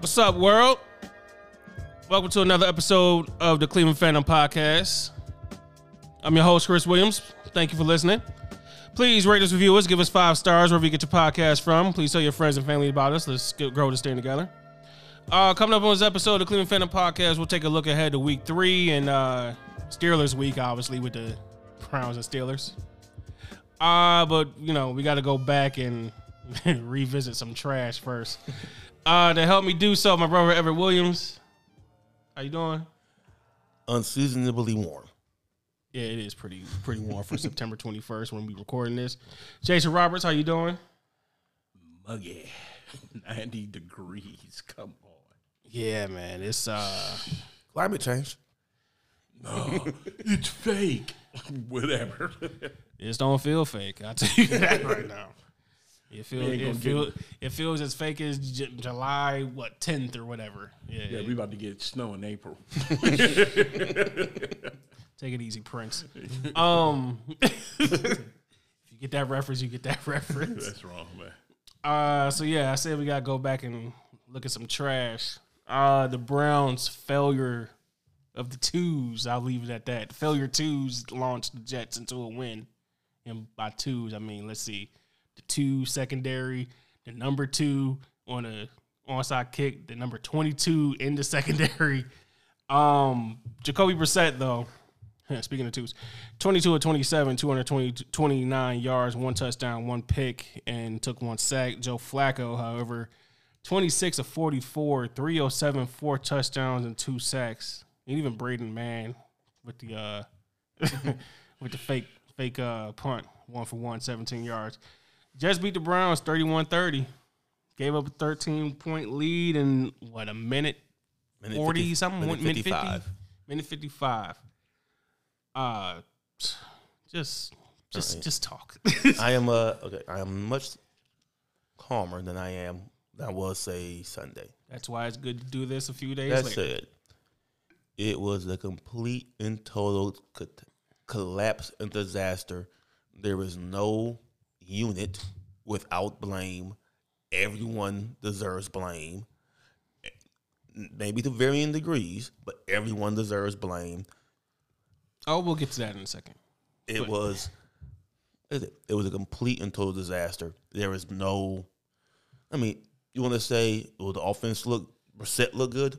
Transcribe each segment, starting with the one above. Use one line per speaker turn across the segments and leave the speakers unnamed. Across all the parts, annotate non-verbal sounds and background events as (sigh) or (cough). What's up, world? Welcome to another episode of the Cleveland Phantom Podcast. I'm your host, Chris Williams. Thank you for listening. Please rate us, review us, give us five stars wherever you get your podcast from. Please tell your friends and family about us. Let's get, grow this thing together. Uh, coming up on this episode of the Cleveland Phantom Podcast, we'll take a look ahead to Week Three and uh, Steelers Week, obviously with the Browns and Steelers. Uh, but you know we got to go back and (laughs) revisit some trash first. Uh, to help me do so, my brother Everett Williams. How you doing?
Unseasonably warm.
Yeah, it is pretty pretty warm (laughs) for September 21st when we recording this. Jason Roberts, how you doing?
(laughs) muggy. 90 Oh, degrees. Come on.
Yeah, man, it's (sighs) uh
Climate change.
No, it's fake. (laughs) Whatever.
It don't feel fake. I tell you that right now. It feels
We ain't
it,
gonna
feel,
get
it feels as fake as J- July what tenth or whatever. Yeah,
(laughs) yeah, we about to get snow in April.
take it easy, Prince. (laughs) Um, (laughs) if you get that reference, you get that (laughs) reference.
(laughs) That's wrong, man.
Uh, so yeah, I said we gotta go back and look at some trash. Uh, the Browns' failure of the twos. I'll leave it at that. Failure twos launched the Jets into a win, and by twos I mean let's see, the two secondary, the number two on a onside kick, the number twenty-two in the (laughs) secondary. Um, Jacoby Brissett though. (laughs) Speaking of twos, 22 or 27, 229 yards, one touchdown, one pick, and took one sack. Joe Flacco, however, 26 of 44, 307, four touchdowns, and two sacks. And even Braden Mann with the uh, (laughs) with the fake fake uh, punt, one for one, 17 yards. Just beat the Browns 31 30. Gave up a 13 point lead in what, a minute
Minute
40
50
something minute, minute 55
55.
minute 55 uh t- just just just talk (laughs)
I am uh okay. I am much calmer than I am than I was say Sunday.
that's why it's good to do this a few days
That
later
said, it was a complete and total co- collapse and disaster. There is no unit without blame. Everyone deserves blame. Maybe to varying degrees, but everyone deserves blame.
oh we'll get to that in a second
It
But-
was is it it was a complete and total disaster. There is no I mean, you want to say well the offense look Brissett look good?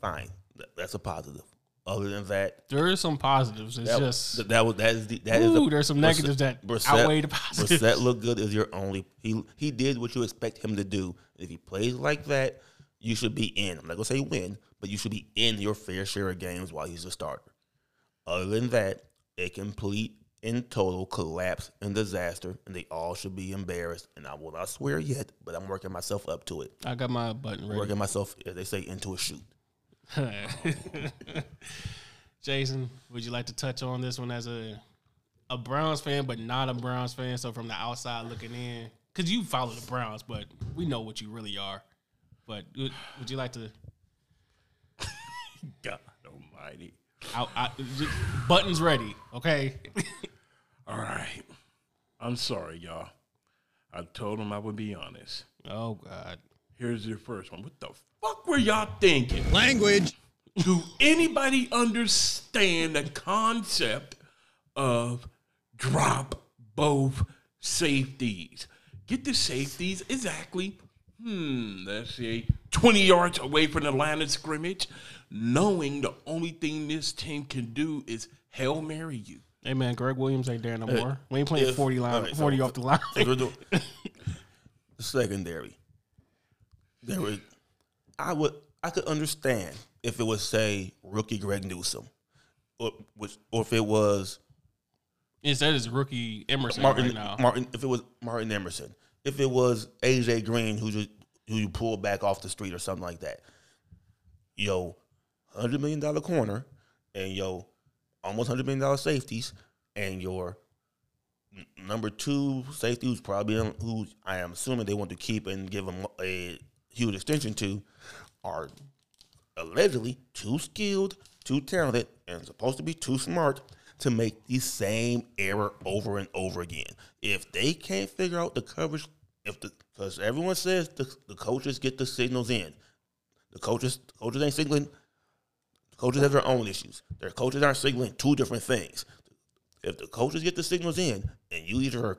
Fine. Th- That's a positive. Other than that,
there are some positives it's
that,
just
th- that was that is the, that is
ooh,
the,
there's some
Brissett-
negatives that outweigh the (laughs) positives
Brissett look good is your only he he did what you expect him to do. If he plays like that, you should be in. I'm not gonna say win, but you should be in your fair share of games while he's a starter. Other than that, a complete and total collapse and disaster, and they all should be embarrassed. And I will not swear yet, but I'm working myself up to it.
i got my button ready
Working myself, as they say, into a shoot.
(laughs) jason would you like to touch on this one as a a browns fan but not a browns fan so from the outside looking in because you follow the browns but we know what you really are but would, would you like to
God almighty.
I, I, just, buttons ready, okay?
All right. I'm sorry, y'all. I told them I would be honest.
oh God,
Here's your first one. What the fuck were y'all thinking? Language. Do anybody understand the concept of drop both safeties? Get the safeties exactly, hmm, let's see, 20 yards away from the line of scrimmage, knowing the only thing this team can do is Hail Mary you.
hey man, Greg Williams ain't there no more. We ain't playing
Uh, if-
forty line,
alright, so-
forty off the line. (laughs)
That's what we're doing. Secondary. There was, I would, I could understand if it was say rookie Greg Newsom, or which, or if it was
Instead, it's rookie Emerson
Martin,
right now.
Martin, if it was Martin Emerson, if it was AJ Green who you, who you pull back off the street or something like that, yo, hundred million dollar corner, and yo, almost hundred million dollar safeties, and your n- number two safety who's probably in- who I am assuming they want to keep and give him a huge extension to, are allegedly too skilled, too talented, and supposed to be too smart to make the same error over and over again. If they can't figure out the coverage, if the because everyone says the, the coaches get the signals in, The coaches, the coaches ain't singling. The coaches have their own issues. Their coaches aren't singling two different things. If the coaches get the signals in, and you either are,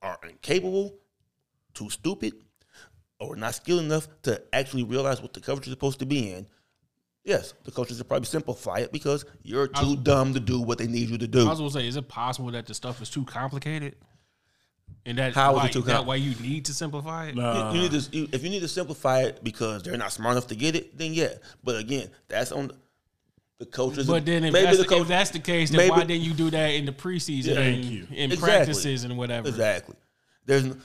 are incapable, too stupid, or not skilled enough to actually realize what the coverage is supposed to be in, yes, the coaches will probably simplify it because you're too dumb to do what they need you to do.
I was gonna say, is it possible that the stuff is too complicated, and that
How is
why,
it too
that
com-
why you need to simplify it?
You- you need to, you, if you need to simplify it because they're not smart enough to get it, then yeah. But again, that's on the, the coaches.
But then if, that's the, if that's the case, then why didn't you do that in the preseason?
Yeah.
and,
Thank you.
In
Exactly.
practices and whatever.
exactly. There's n-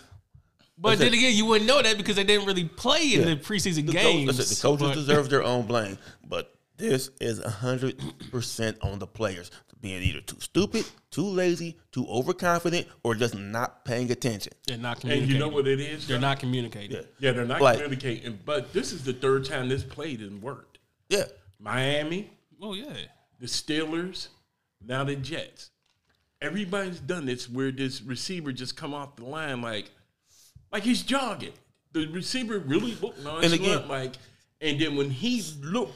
But then
Exactly.
again, you wouldn't know that because they didn't really play in
Yeah.
the preseason
the, coach-
games.
listen, the coaches
But
deserve their own blame, but this is hundred percent on the players being either too stupid, too lazy, too overconfident, or just not paying attention.
They're not
And
communicating.
you know what it is?
They're not communicating.
Yeah, they're not
Like-
communicating. But this is the third time this played and worked.
Yeah,
Miami,
Oh yeah.
the Steelers, now the Jets. Everybody's done this where this receiver just come off the line like, like he's jogging. The receiver really looked nonchalant,
again-
like, and then when he looked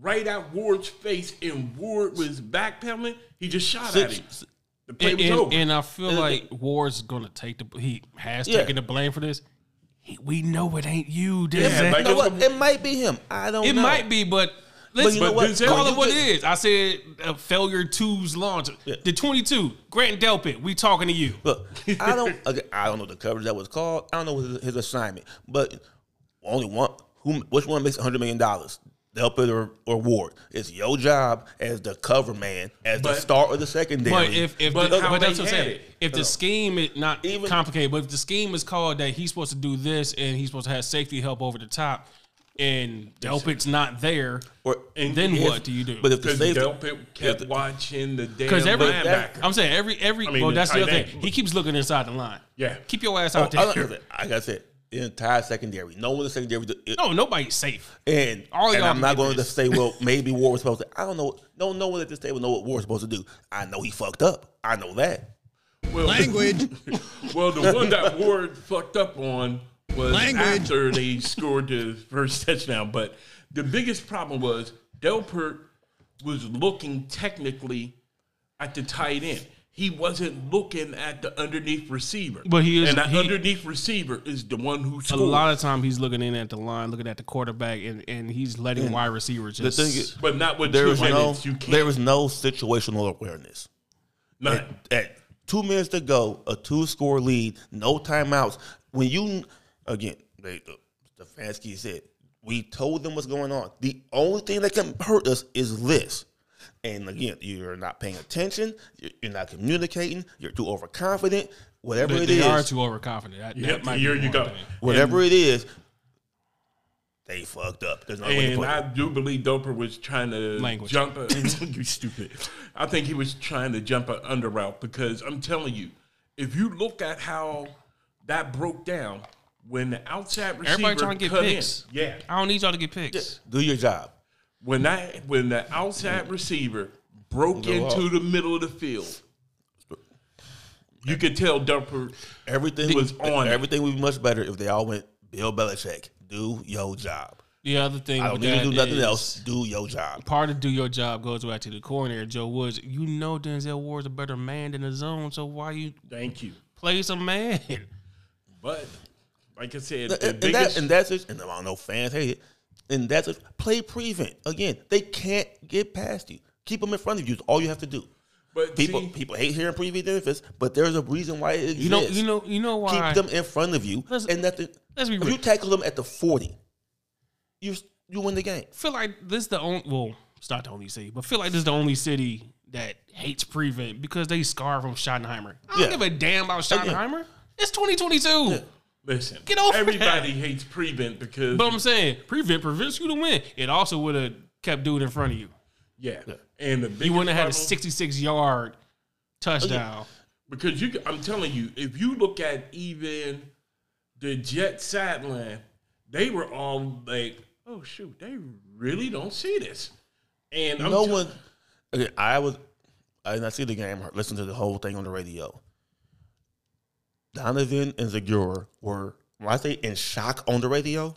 right at Ward's face and Ward was backpedaling, he just shot at him.
Six-
The play
And,
was
and,
over.
and I feel like Ward's gonna take the he has
Yeah.
taken the blame for this. He, we know it ain't you, Denzel.
Yeah, like-
you know what? It might be him. I don't.
it
know.
might be, but let's
you know
what?
call
Denzel,
it what
you
it is. I said uh, failure two's launch. The twenty two, Grant Delpit. We talking to you.
Look,
(laughs)
I don't. okay, I don't know the coverage that was called. I don't know his, his assignment, but only one. Who? Which one makes hundred million dollars? Delpit or, or Ward? It's your job as the cover man, as
But-
the star of the secondary.
But if if
But
the,
how
but that's
they
what I'm
had
saying.
it.
If the scheme is not
Even-
complicated, but if the scheme is called that he's supposed to do this and he's supposed to have safety help over the top, and Delpit's not there,
or,
And
then
if-
what do you do?
But if the
Because
safety,
Delpit kept watching the damn
because every
linebacker.
I'm saying every every
I mean,
well
the
that's the
tight
other
end.
thing. He keeps looking inside the line.
Yeah.
keep your ass
oh,
out
I don't-
there.
like I said, the entire secondary. No one in the secondary.
No, nobody's safe.
And,
All
and
y'all
I'm
can
not
get
going to
this. (laughs)
say, well, maybe Ward was supposed to. I don't know. No, no one at this table know what Ward's supposed to do. I know he fucked up. I know that.
Well,
Language.
(laughs) well, the one that Ward fucked up on was
Language.
after they scored the first touchdown. But the biggest problem was Delpert was looking technically at the tight end. He wasn't looking at the underneath receiver.
But he is-
and that
he-
underneath receiver is the one who
A
scored.
lot of time he's looking in at the line, looking at the quarterback, and, and he's letting wide receivers
The
just.
thing is,
but not with
there
two
was no,
minutes. you can't.
there was no situational awareness.
not,
at two minutes to go, a two score lead, no timeouts. When you again, they, Stefanski said we told them what's going on. The only thing that can hurt us is this. And again, you're not paying attention. You're, you're not communicating. You're too overconfident. Whatever
they
it
they
is,
are too overconfident. That, that
Yep,
might be
here you
one
go.
thing.
whatever it is, they fucked up. There's no way to
And
put
I
it.
do believe Doper was trying to
Language. (laughs)
jump. A, (laughs) you stupid. I think he was trying to jump an under route because I'm telling you, if you look at how that broke down when the outside receiver
Everybody trying to get
cut
picks.
in, yeah,
I don't need y'all to get picks.
Do your job.
when that when the outside receiver broke into the middle of the field, you could tell Doper.
Everything
It was on it.
Everything would be much better if they all went Bill Belichick. Do your job.
The other thing
I
with
don't need to
that
do nothing
is
else. Do your job.
Part of do your job goes back to the coordinator, Joe Woods. You know Denzel Ward's a better man than the zone, so why you
Thank you,
play some man?
but like I said, the
And, and
biggest
that and that's it. And I don't know fans hate it. And that's it. Play prevent again. They can't get past you. Keep them in front of you. is all you have to do.
but
People
see,
people hate hearing prevent defense, but there's a reason why it exists.
You know, you know, you know
keep
why?
them in front of you.
Let's-
and nothing.
let's be
if
real.
you tackle them at the forty, you you win the game.
feel like this the only well, it's not the only city, but feel like this is the only city that hates prevent because they scar from Schottenheimer. I don't
Yeah.
give a damn about Schottenheimer. It's 2022.
listen,
Get over
everybody hates prevent because
But I'm saying prevent prevents you to win. It also would have kept dude in front of you.
Yeah. And the
You
biggest
wouldn't have had a
problem-
66 yard
Oh,
touchdown.
because you I'm telling you, if you look at even the Jet sideline, they were all like, "Oh shoot, they really don't see this." And I'm
no
tell-
one. Okay, I was. I did not see the game. or Listen to the whole thing on the radio. Donovan and Zagura were when I say in shock on the radio.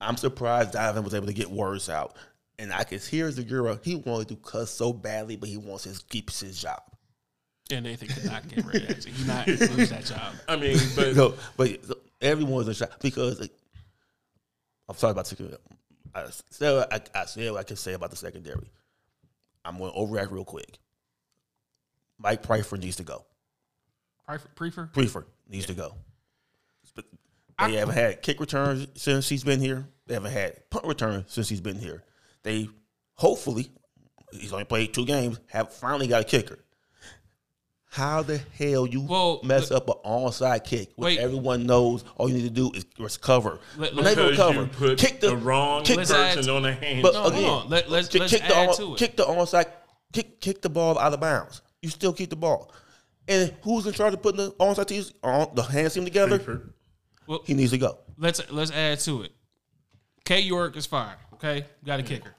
I'm surprised Donovan was able to get words out. And I could hear Zagura, he wanted to cuss so badly, but he wants his keeps his job.
And Nathan cannot get rid of that. He not lose that
(laughs)
job. (laughs)
I mean, but
No, but so everyone's a shot because like, I'm sorry about secondary. I said I, I said what I can say about the secondary. I'm going to overreact real quick. Mike Pryfer needs to go.
Prefer- Prefer?
Prefer needs to go. But They haven't had kick returns since he's been here. They haven't had punt return since he's been here. They hopefully he's only played two games. Have finally got a kicker. How the hell you
Well,
mess up an onside kick when
wait.
everyone knows all you need to do is, is cover?
Let-
Not
let's-
even
because
cover.
you put
kick
the, wrong
kick
Let's
the-
add
person
to-
on the hand.
But
No, hold
again,
on. Let- let's-
kick,
let's
kick the
add
on-
to it.
kick the onside, kick kick the ball out of bounds. You still keep the ball. And who's in charge of putting the onside tees on uh, the hands team together?
Clifford.
He needs to go. (laughs)
Let's let's add to it. K York is fine. Okay, got a kicker.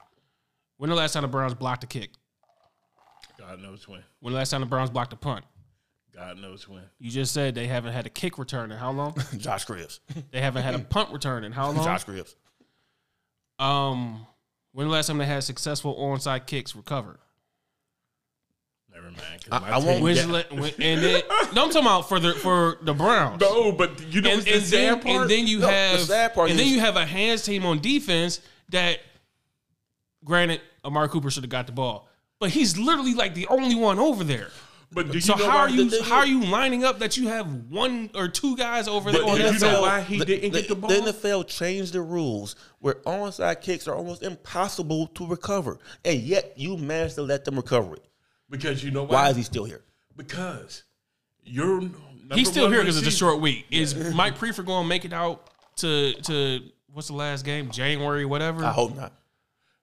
When the last time the Browns blocked a kick?
God knows when.
When the last time the Browns blocked a punt?
God knows when.
You just said they haven't had a kick return in how
(laughs)
long?
Josh Cribs.
they haven't had a punt return in how long?
Josh Cribs.
Um, when the last time they had successful onside kicks
(laughs)
recovered?
Never mind. 'cause
I-
my
I won't-
team-
When's
Yeah.
the la- when- and then, no, I'm talking about for the for the Browns.
No, but you know
and,
what's the
and then,
sad part?
and then you
No, the
have
sad part
and then
is-
you have a hands team on defense that granted Amari Cooper should have got the ball. But he's literally like the only one over there.
but do you
So
know
how
why
are you
the- the-
how are you lining up that you have one or two guys over there
But
on
do you
that
know
side?
why he didn't get the ball?
NFL changed the rules where onside kicks are almost impossible to recover, and yet you managed to let them recover it.
Because you know why?
Why is he still here?
Because you're number
He's still
one
here because it's a
receiver.
short week. Is Mike Prefer going to make it out to to what's the last game? January, whatever.
I hope not.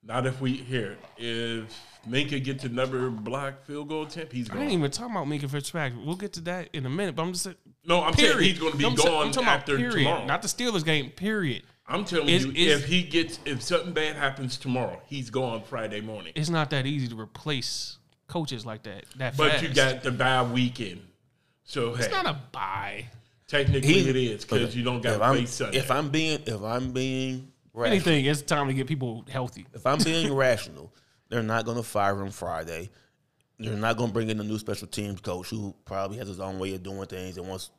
Not if we here. If Minka gets another block field goal attempt, he's
I didn't
gone.
even talk about Minka Fitzpatrick. We'll get to that in a minute. But I'm just saying,
No, I'm
period.
saying (laughs) he's going to be
I'm sa- I'm
gone
talking about
after
period,
tomorrow.
not the Steelers game. Period.
I'm telling
Is-
you,
is-
if he gets, if something bad happens tomorrow, he's gone Friday morning.
It's not that easy to replace coaches like that. That
But
fast.
you got the bye weekend, so hey,
It's not a buy.
technically
He-
it is because you don't got
if
to
I'm,
face Sunday.
if I'm being if I'm being rational,
Anything. It's time to get people healthy.
If I'm being (laughs) rational, they're not going to fire him Friday. They're not going to bring in a new special teams coach who probably has his own way of doing things and wants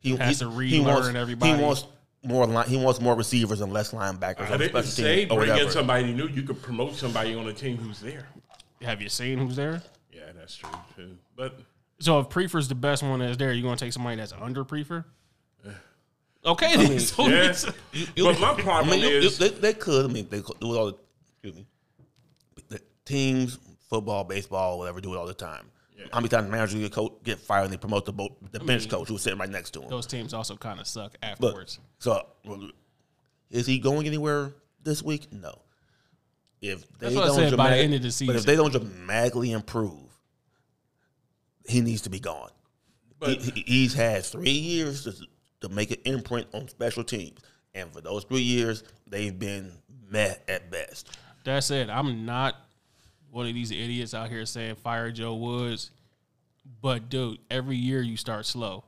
he
Has to relearn
wants,
everybody.
He wants more line, he wants more receivers and less linebackers
I
on
didn't
special
say
teams or
bring in
whatever.
somebody new. You could promote somebody on a team who's there.
Have you seen who's there?
Yeah, that's true too.
(laughs)
But
So if Prefer's the best one that's there, you're going to take somebody that's under
(sighs)
Prefer? Okay, then. (laughs) so
yeah,
it's-
but my
I
problem
mean, you- you-
is
they, they could. I mean, they could do it all. The, excuse me. The teams, football, baseball, whatever, do it all the time. How many times managers get coach, get fired and they promote the, bo- the bench
Mm-hmm.
coach who's sitting right next to him?
those teams also kind of suck
Look,
afterwards.
so well, is he going anywhere this week? No. If they
That's what I
don't
said by the
dramatic-
end of the
but if they don't dramatically improve, he needs to be gone. He-
but
he- he's had three years to, to make an imprint on special teams, and for those three years, they've been meh at best.
That said, I'm not one of these idiots out here saying fire Joe Woods, but dude, every year you start slow.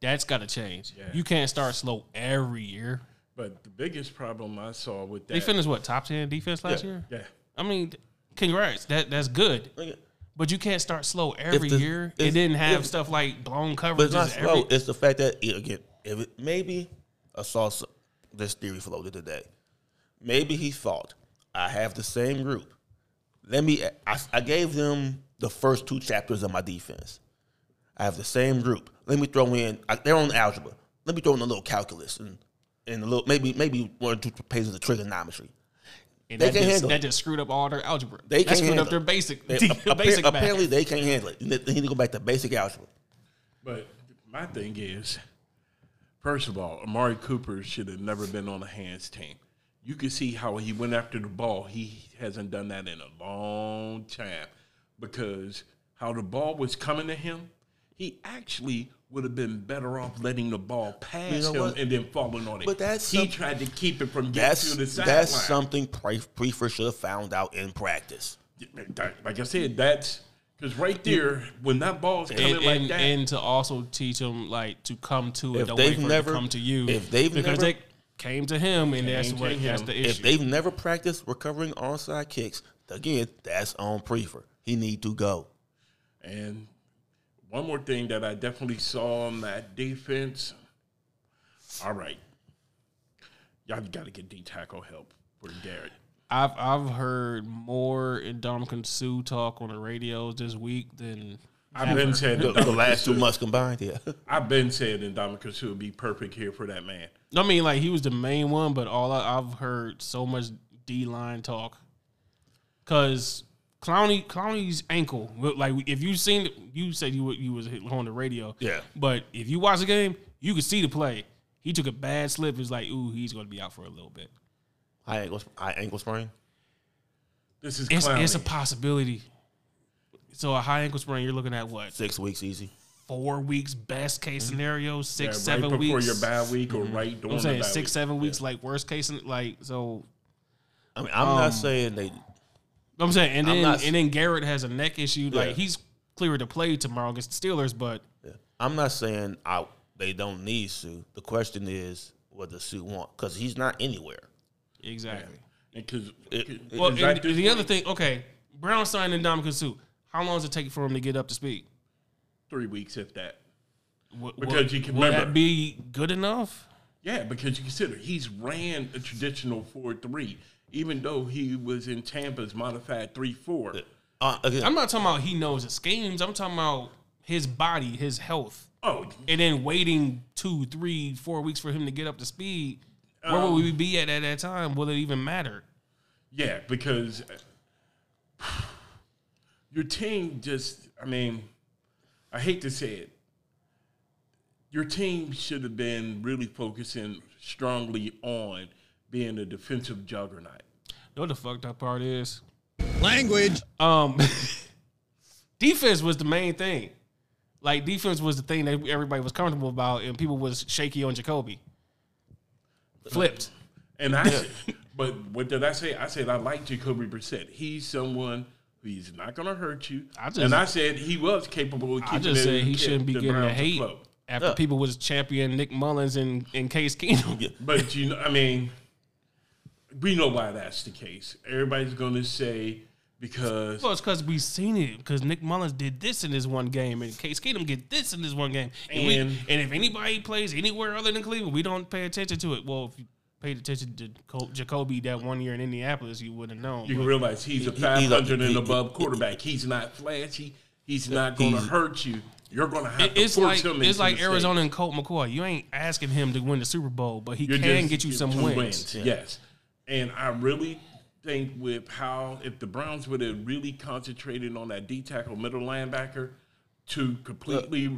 That's got to change. You can't start slow every year.
but the biggest problem I saw with that.
They finished what top ten defense last
Yeah.
year.
yeah.
I mean, congrats. That that's good.
Like,
But you can't start slow every
the-
year. It
if-
didn't have
if-
stuff like blown
But
coverages.
it's not
every,
slow. It's the fact that it, again, if it, maybe I saw s- this theory floated today. Maybe he thought I have the same group. Let me. I, I gave them the first two chapters of my defense. I have the same group. Let me throw in. I, they're on algebra. Let me throw in a little calculus and and a little maybe maybe one or two pages of trigonometry.
and
they
that,
can't
just,
handle
that
it.
just screwed up all their algebra.
They
They that
can't
screwed
handle
up their
it.
basic (laughs)
They- appa-
basic math.
apparently, they can't handle it. They they need to go back to basic algebra.
But my thing is, first of all, Amari Cooper should have never been on the hands team. You can see how he went after the ball. He hasn't done that in a long time because how the ball was coming to him, he actually would have been better off letting the ball pass
know
him
what?
and then falling on it.
But that's
he
some-
tried to keep it from getting
That's
to the sideline.
that's something Pre- Prefer should have found out in practice.
Like I said, that's because right there when that ball's coming
and,
like
and,
that,
and to also teach them like to come to it.
If
Don't
they've
wait for it
never-
to come to you.
if they've
because
never-
they came to him, and that's
Came to
what that's
him.
the
If
issue.
they've never practiced recovering onside kicks, again, that's on Prefer. He need to go.
And one more thing that I definitely saw on that defense. All right. Y'all got to get D tackle help for Garrett.
I've I've heard more Indomitian Sue talk on the radios this week than
I've been saying
The, the
(laughs)
last two months combined, yeah. (laughs)
I've been saying Indominus would be perfect here for that man.
I mean like he was the main one, but all I, I've heard so much D line talk because Clowney Clowney's ankle like if you seen you said you were- you was on the radio
Yeah.
but if you watch the game you could see the play he took a bad slip it's like ooh he's gonna be out for a little bit
High ankle, high ankle sprain.
This is
it's
Clowney.
it's a possibility so a high ankle sprain you're looking at what
Six weeks easy.
four weeks, best case scenario,
Mm-hmm. Yeah,
six,
right
seven
before
weeks. Mm-hmm.
your bad week or right during
I'm
the
saying
bye
six,
week.
seven weeks, like worst case, and like so.
I mean, I'm
Um,
not saying they.
I'm saying, and
I'm
then
not-
and then Garrett has a neck issue.
Yeah.
Like he's cleared to play tomorrow against the Steelers, but
I'm not saying I. They don't need Sue. The question is, what does Sue want? Because he's not anywhere.
exactly.
Because
It-
Well, and the other thing, okay, Brown signed in Dominican Sue. How long does it take for him to get up to speed?
three weeks, if that.
What,
Because you can
will
remember-
that be good enough?
Yeah, because you consider he's ran a traditional four three, even though he was in Tampa's modified three four.
Uh, again,
I'm not talking about he knows his schemes. I'm talking about his body, his health.
Oh,
and then waiting two, three, four weeks for him to get up to speed, where would we be at at that time? Will it even matter?
yeah, because uh, your team just, I mean, I hate to say it. Your team should have been really focusing strongly on being a defensive juggernaut.
You know what the fucked up part is?
Language.
Um, (laughs) defense was the main thing. Like defense was the thing that everybody was comfortable about, and people was shaky on Jacoby. Flipped.
And I, said, but what did I say? I said I like Jacoby Brissett. He's someone who's not going to hurt you.
I just-
and I said he was capable of keeping.
I just
it
said he
the-
shouldn't be
the
getting the
Browns
hate
afloat.
after
Yeah.
people was champion Nick Mullins and, and Case Keenum.
But you know, I mean, we know why that's the case. Everybody's going to say because
Well, it's because we seen it. Because Nick Mullins did this in this one game, and Case Keenum did this in this one game. And, we-
And-
and if anybody plays anywhere other than Cleveland, we don't pay attention to it. Well, if you paid attention to Co- Jacoby that one year in Indianapolis, you would have known.
you
But
realize he's
He- he-
a
he's a-
500 and
he-
above
he-
quarterback. He's not flashy. He's not going to
He's-
hurt you. You're going to have
it-
to
it's
force
like
him.
it's
into
like
mistakes.
Arizona and Colt McCoy. You ain't asking him to win the Super Bowl, but he
You're
can
just-
get you some
two
wins.
Yes. And I really think with how if the Browns would have really concentrated on that D tackle middle linebacker to completely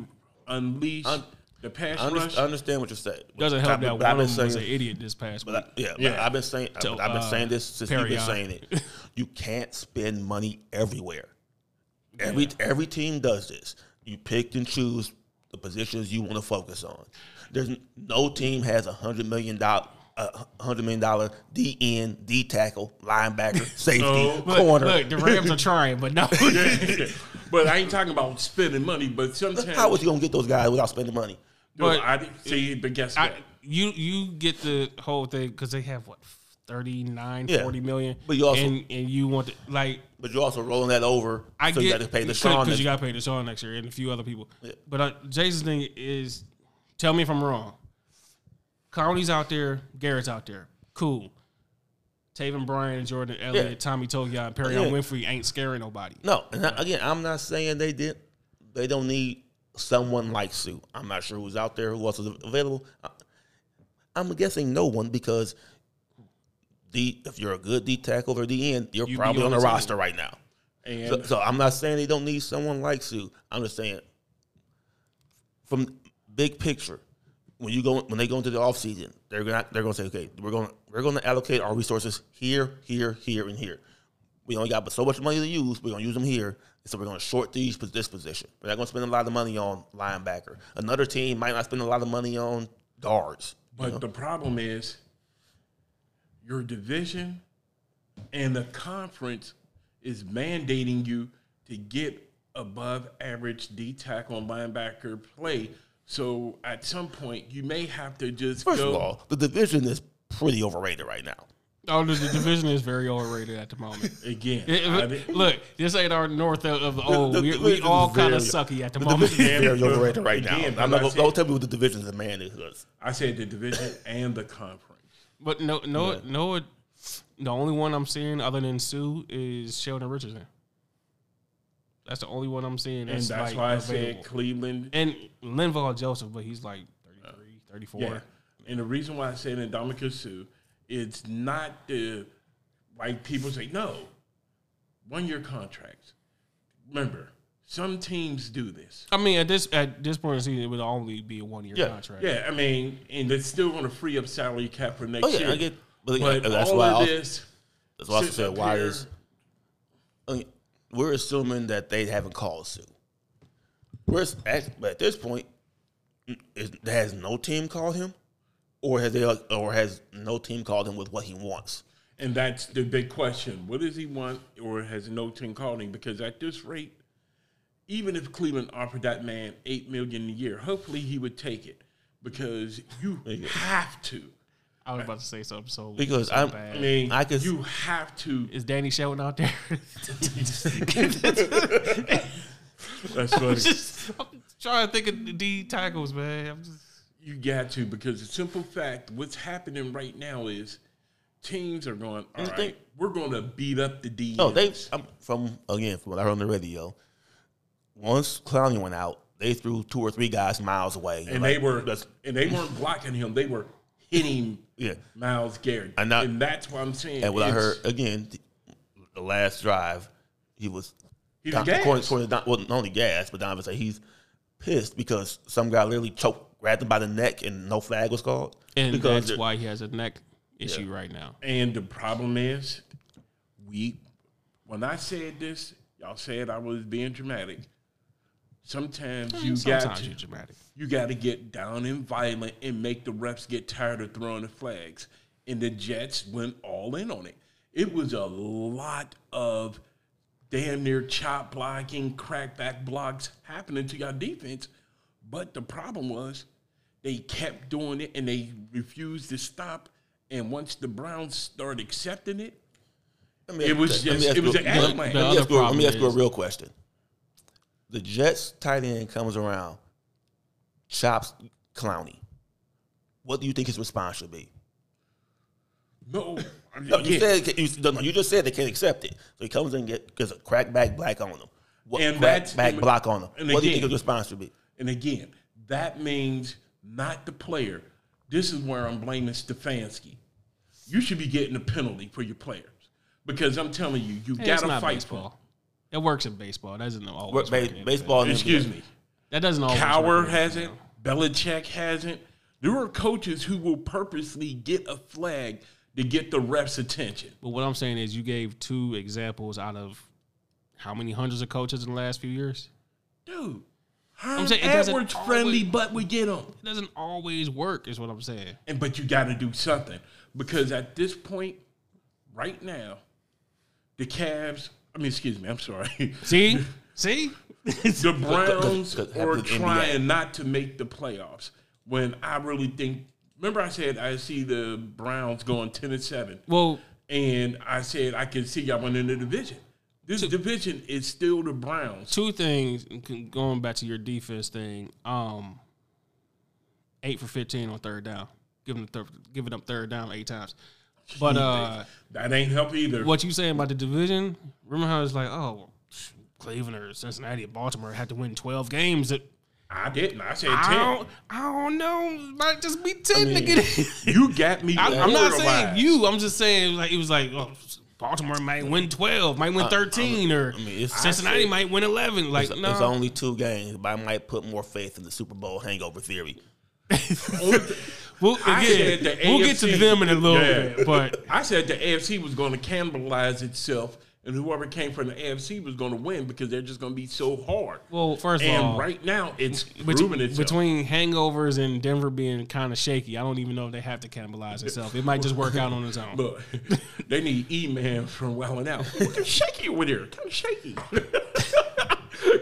unleash
un-
the pass
I
rush.
understand, understand what you're saying.
Doesn't help
But
that
I've
one
been
of them was an
saying-
idiot this past week.
But I, yeah, but
Yeah.
I've been saying I've,
To,
I've been
uh,
saying this since you've
Perrion.
been
(laughs)
saying it. You can't spend money everywhere. Every every team does this. You pick and choose the positions you want to focus on. There's n- no team has a hundred million dollar. A hundred million dollar DN, D tackle,
(laughs)
linebacker, safety,
Oh, Look,
corner.
look, the
(laughs)
Rams are trying, but no. (laughs)
but I ain't talking about spending money, but sometimes
How is you gonna get those guys without spending money?
No,
But-
I didn't see but guess
I,
what?
you you get the whole thing because they have what 39
Yeah.
40 million
But you also-
and, and you want to like
But you're also rolling that over,
i
so
get
you got to pay the Sean.
because you got to pay the Sean next year and a few other people but uh, jason's thing is tell me if i'm wrong Clowney's out there garrett's out there cool Taven Bryan, Jordan Elliott,
Yeah.
Tommy Togia, and Perry on
Yeah.
Winfrey ain't scaring nobody.
No, and I- again, I'm not saying they did. They don't need someone like Sue. I'm not sure who's out there, who else is available. I- I'm guessing no one because D, if you're a good D tackle or D end, you're
You be
probably
on
on the
the team.
roster right now.
And
So, so I'm not saying they don't need someone like Sue. I'm just saying from big picture, when you go when they go into the offseason, they're gonna they're gonna say, okay, we're gonna we're gonna allocate our resources here, here, here, and here. We only got but so much money to use. We're gonna use them here, so we're gonna short these pos- this position. We're not gonna spend a lot of money on linebacker. Another team might not spend a lot of money on guards.
but the problem is your division and the conference is mandating you to get above average D tackle and linebacker play So at some point, you may have to just
First
go.
of all, the division is pretty overrated right now.
Oh, the, the division is very overrated at the
(laughs)
moment.
again.
It-
I
it-
didn't-
look, this ain't our north of, of the old.
the
we, we
division
all
is
kind of
very-
sucky at the
The
moment.
division is very overrated right now.
Again,
I'm
but
not
I
gonna,
said-
don't tell me what the division is, man. It's
I said the division and the conference.
But no, no, no. The only one I'm seeing other than Sue is Sheldon Richardson. That's the only one I'm seeing.
And
That's
that's,
like,
why I
available.
said Cleveland.
and Linval Joseph, but he's like 33, 34.
Yeah. And the reason why I said Indominica Sue, it's not the like people say, no, one year contracts. Remember, some teams do this.
I mean, at this at this point in the season, it would only be a one year
Yeah.
contract.
Yeah, I mean, and they're still going to free up salary cap for next
Oh, yeah,
year.
I get- but
but
yeah, that's
all
why I
of
also-
this,
That's why I also
sitting
said
up
why
here-
is I mean, we're assuming that they haven't called Sue. We're s- at, but at this point, mm, is, has no team called him, or has they or has no team called him with what he wants?
And that's the big question. What does he want, or has no team called him? Because at this rate, even if Cleveland offered that man eight million a year, hopefully he would take it because you have to.
I was about to say something so
Because
so
I'm-
bad.
I mean,
I could-
you have to.
is Danny Shelton out there? (laughs)
(laughs)
That's funny.
just, I'm trying to think of the D tackles, man. I'm just
you got to because the simple fact what's happening right now is teams are going. All right,
think-
we're going to beat up the D.
No, Oh, they I'm, from again from what I heard on the radio. Once Clowney went out, they threw two or three guys miles away,
and
Like,
they were
that's-
and they weren't blocking him. They were hitting
Yeah.
Miles Garrett.
And I-
and that's what I'm saying.
and what I
It's-
heard again, the, the last drive, he was
He was
Don,
gassed.
according, according to Don, well, not only gas, but Donovan said he's pissed because some guy literally choked, grabbed him by the neck, and no flag was called.
and
because
that's
the-
why he has a neck issue right now.
And the problem is, we when I said this, y'all said I was being dramatic. Sometimes
Mm,
you got
Sometimes
to,
you're dramatic.
you got to get down and violent and make the refs get tired of throwing the flags. And the Jets went all in on it. It was a lot of damn near chop blocking, crackback blocks happening to your defense. But the problem was they kept doing it and they refused to stop. And once the Browns started accepting it,
let me
it
ask-
was
let me
just-
ask
it was
you-
an
let me-
act plan.
The
Let me
other
ask you a- let me
problem
ask you a
is-
real question. The Jets tight end comes around, chops Clowney. What do you think his response should be?
no, I
(laughs)
mean,
No, you
yeah.
said you, no, no, you just said they can't accept it. So he comes in and get, gets a crackback black on him. What,
And that's-
crack back block on him. What
and
do you
again-
think his response should be?
And again, that means not the player. This is where I'm blaming Stefanski. You should be getting a penalty for your players because I'm telling you, you
Hey,
got
that's
to
not
fight for. them.
baseball. It works in baseball. That doesn't
Ba-
always work in
baseball. and
Excuse
NBA.
me.
That doesn't always.
Cowher
work.
hasn't. Belichick hasn't. There are coaches who will purposely get a flag to get the ref's attention.
But what I'm saying is, you gave two examples out of how many hundreds of coaches in the last few years.
Dude, Herm
saying it doesn't
Edwards friendly,
always-
but we get him.
It doesn't always work, is what I'm
(laughs)
saying.
And but you got to do something because at this point, right now, the Cavs. I mean, excuse me. I'm sorry. (laughs)
See, see, (laughs)
the Browns
Could- could happen
are
in the NBA.
trying not to make the playoffs. When I really think, remember, I said I see the Browns going ten and seven,
well,
and I said I can see y'all winning the division. This division is still the Browns.
two things. c- Going back to your defense thing, um, eight for 15 on third down, giving the thir- giving up third down eight times.
(laughs)
But uh,
That ain't help either.
what you saying about the division? Remember how it's like, oh, Cleveland or Cincinnati or Baltimore had to win 12 games. That,
I didn't. I said
I
ten.
don't, I don't know. Might just be 10 to get (laughs) it.
You got me.
I, I'm not saying
polarized.
you. I'm just saying like it was like oh, Baltimore might win 12, might win 13, or
mean, it's-
Cincinnati might win 11. Like
It's,
no,
it's only two games, but I might put more faith in the Super Bowl hangover theory.
we'll,
I
again,
said the
we'll get to
AFC.
them in a little
Yeah.
bit, but
I said the AFC was going to cannibalize itself, and whoever came from the AFC was going to win because they're just going to be so hard.
(laughs) well, first of
and
all,
right now, it's
bet-
proving itself.
(laughs)
(laughs)
between hangovers and Denver being kind of shaky, I don't even know if they have to cannibalize itself. It might just work out on its (laughs) own.
Look, they (laughs) need E Man from Well and Out. Look, it's shaky over there. Kind of shaky.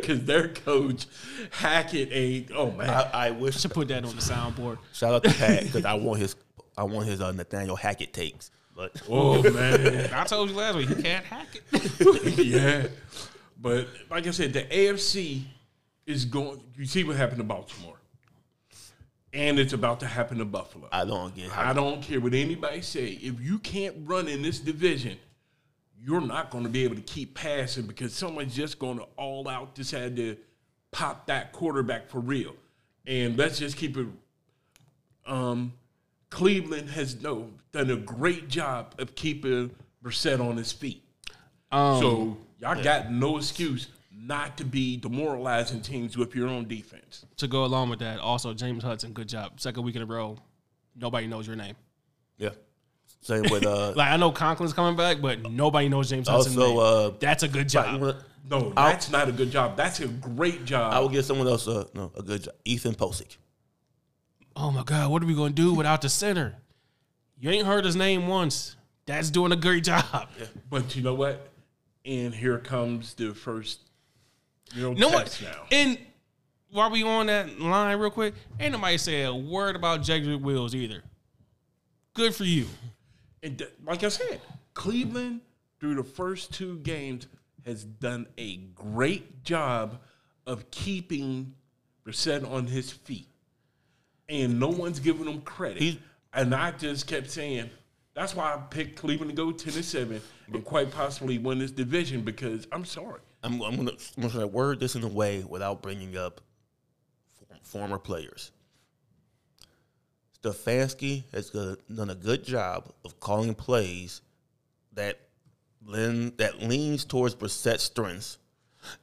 because their coach Hackett ain't. Oh man,
I, I wish.
Should put that on the soundboard.
Shout out to Pat because I want his. I want his uh, Nathaniel Hackett takes. But
oh man,
I told you last week you can't hack it.
yeah. But like I said, the AFC is going. You see what happened to Baltimore, and it's about to happen to Buffalo.
I don't get. How,
I don't care what anybody say. If you can't run in this division, you're not going to be able to keep passing because someone's just going to all out. Just had to pop that quarterback for real. And let's just keep it. Um, Cleveland has no done a great job of keeping Brissett on his feet.
Um,
So y'all got no excuse not to be demoralizing teams with your own defense.
(laughs) to go along with that, also James Hudson, good job. Second week in a row, nobody knows your name.
yeah. Same with uh.
(laughs) Like I know Conklin's coming back, but nobody knows James Hudson's
Also,
name.
uh,
That's a good
Right, you
job.
wanna-
No, that's not a good job. That's a great job.
I will give someone else a no a good job. Ethan Posick.
oh my God, what are we gonna do without the center? You ain't heard his name once. That's doing a great job.
but you know what? And here comes the first. You know,
You know what?
text Now.
And while we on that line real quick, ain't nobody say a word about Jedrick Wills either. Good for you.
And th- like I said, Cleveland through the first two games has done a great job of keeping Brissett on his feet, and no one's giving him credit.
He's-
and I just kept saying that's why I picked Cleveland to go ten and seven and quite possibly win this division because I'm sorry,
I'm, I'm gonna I'm gonna word this in a way without bringing up for- former players. Stefanski has go- done a good job of calling plays that lean, that leans towards Brissett's strengths,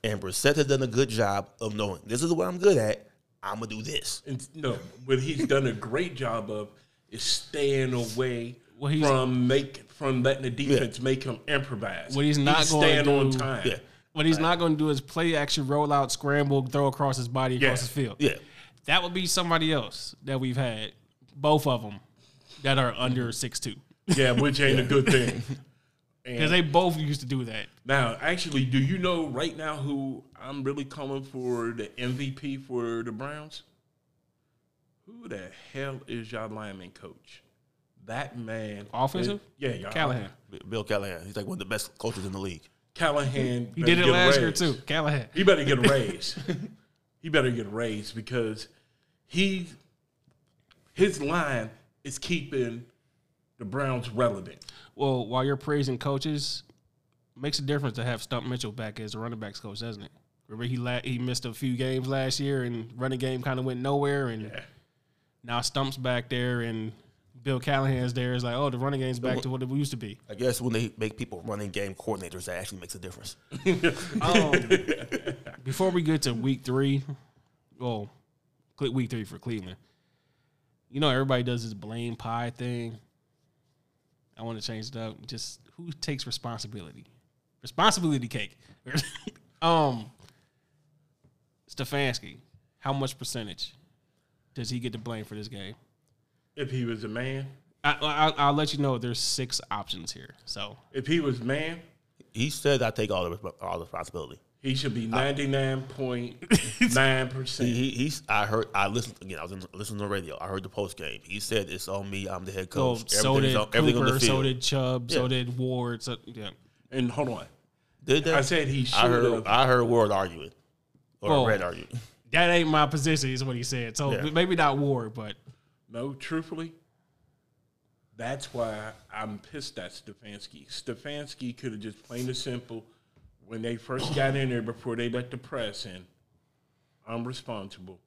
and Brissett has done a good job of knowing this is what I'm good at. I'm gonna do this.
and no, what he's done a great job of is staying away
Well, he's-
from make from letting the defense make him improvise.
What he's not gonna
staying on
do-
time.
Yeah,
What he's not going to do is play action, roll out, scramble, throw across his body across
Yeah.
his field.
yeah.
That would be somebody else that we've had, both of them, that are under six two
(laughs) Yeah, which ain't a good thing.
because they both used to do that.
Now, actually, do you know right now who I'm really calling for the MVP for the Browns? Who the hell is your lineman coach? That man.
Offensive?
Yeah, y'all.
Callahan,
Bill Callahan, he's like one of the best coaches in the league.
Callahan.
he did
better
it
get a
last year
raise.
too. Callahan,
He better get a raise. he better get a raise because he his line is keeping the Browns relevant.
Well, while you're praising coaches, makes a difference to have Stump Mitchell back as a running backs coach, doesn't it? Remember he la- he missed a few games last year and running game kind of went nowhere, and now Stump's back there and Bill Callahan's there. It's like, oh, the running game's back to what it used to be.
I guess when they make people running game coordinators, that actually makes a difference.
Before we get to week three, well, cl- week three for Cleveland, you know everybody does this blame pie thing. I want to change it up. Just who takes responsibility? Responsibility cake. (laughs) um, Stefanski, how much percentage does he get to blame for this game?
If he was a man,
I, I, I'll let you know. There's six options here. So
if he was man,
He said, "I take all the resp- all the responsibility."
He should be ninety nine point nine
He, (laughs)
percent.
he he's. I heard. I listened again. I was in, listening to the radio. I heard the post game. He said, "It's on me. I'm the head
so,
coach.
so did
Oh, is
Cooper. So did Chubb. So
Yeah.
did Ward. So yeah.
And hold on,
Did that?
I said he
I
should
heard.
have.
I heard Ward arguing or
Well,
Red arguing.
that ain't my position, is what he said. So
Yeah.
maybe not Ward, but
No, truthfully, that's why I'm pissed at Stefanski. Stefanski could have just plain and simple, when they first got in there before they let the press in, I'm responsible.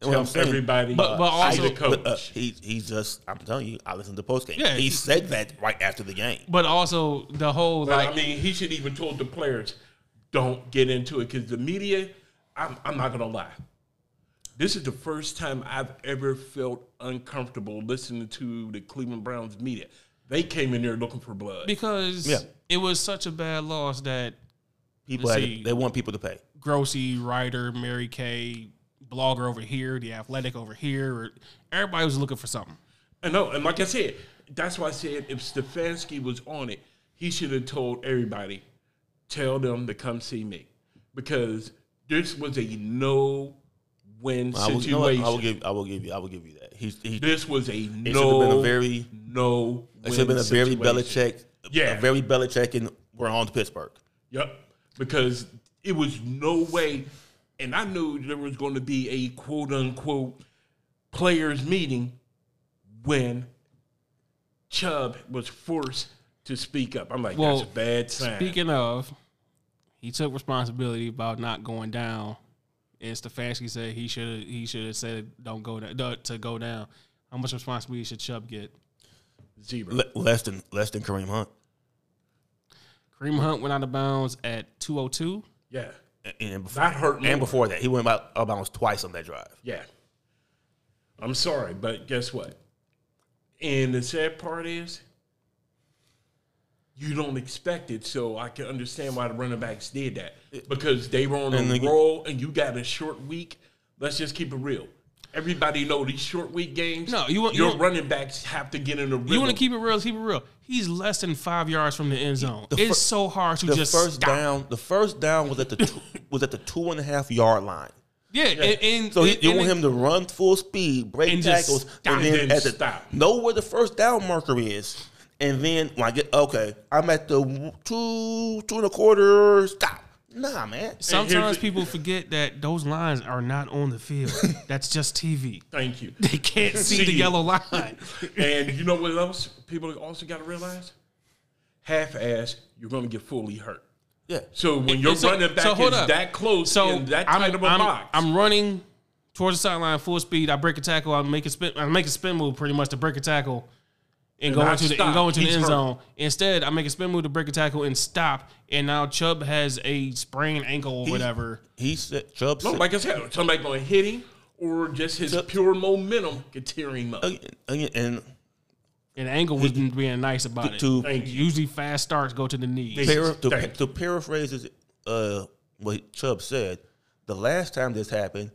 And what I'm
Tell
saying-
everybody,
But- but
I'm the
also-
coach.
but, uh, he he just. I'm telling you. I listened to post game.
Yeah,
he
he-
said that right after the game.
but also the whole
But
like
I mean, he should even told the players, don't get into it because the media. I'm, I'm not gonna lie. This is the first time I've ever felt uncomfortable listening to the Cleveland Browns media. They came in there looking for blood.
because
Yeah.
it was such a bad loss that
People had,
see.
they want people to pay.
Grossi, writer, Mary Kay, blogger over here, the athletic over here, or- everybody was looking for something.
I know, and like I said, that's why I said if Stefanski was on it, he should have told everybody, tell them to come see me, because This was a no win
I will, you know
situation.
what? I will give. I will give you. I will give you that. He's he.
this was a no.
it should have been a very.
no.
It should have been a very Belichick.
Yeah.
A very Belichick, and we're on to Pittsburgh.
Yep. Because it was no way, and I knew there was going to be a quote unquote players meeting when Chubb was forced to speak up. I'm like,
Well,
that's a bad sign.
Speaking of, he took responsibility about not going down, and Stefanski said he should he should have said don't go down no, to go down. How much responsibility should Chubb get?
Zero.
Le- less than less than Kareem Hunt,
Kareem Hunt went out of bounds at two oh two.
Yeah.
and, and before,
That hurt more.
and before that, he went out out of bounds twice on that drive.
Yeah. I'm sorry, but guess what? And the sad part is, you don't expect it. So I can understand why the running backs did that because they were on
And
a
they-
roll, and you got a short week. Let's just keep it real. Everybody know these short week games.
No, you want- you
your
want-
running backs have to get in a rhythm.
You want to keep it real? Keep it real. He's less than five yards from the end zone.
The
it's
fir-
so hard to
The
just
first
stop.
down, the first down was at the
(laughs)
two, was at the two and a half yard line.
Yeah, And, and-
So he,
and-
you
and
want him to run full speed, break
And just
tackles,
stop.
and then
And
at the,
stop.
know where the first down marker is, and then when I get okay, I'm at the two two and a quarter stop. Nah, man.
Sometimes
the-
people forget that those lines are not on the field. That's just TV.
Thank you.
They can't see
See
the
you.
yellow line.
and you know what else? People also got to realize: half-ass, you're going to get fully hurt.
Yeah,
So when your
and so-
running back
so hold
is
up.
that close
So
in that
I'm,
tight of a
I'm-
box,
I'm running towards the sideline full speed. I break a tackle. I make a spin. I make a spin move pretty much to break a tackle and, go
I
into the
stop.
and go into the
He's
end
hurt.
zone. Instead, I make a spin move to break a tackle and stop. And now Chubb has a sprained ankle or whatever.
he said Chubb.
no,
said-
like I said, somebody going to hit him, or just his pure momentum could tear him up.
again, again, and
And Angle was being nice about it.
to
Thank you.
Usually, fast starts go to the knees.
They-
para- to,
Thank
to paraphrase his, uh, what Chubb said, the last time this happened,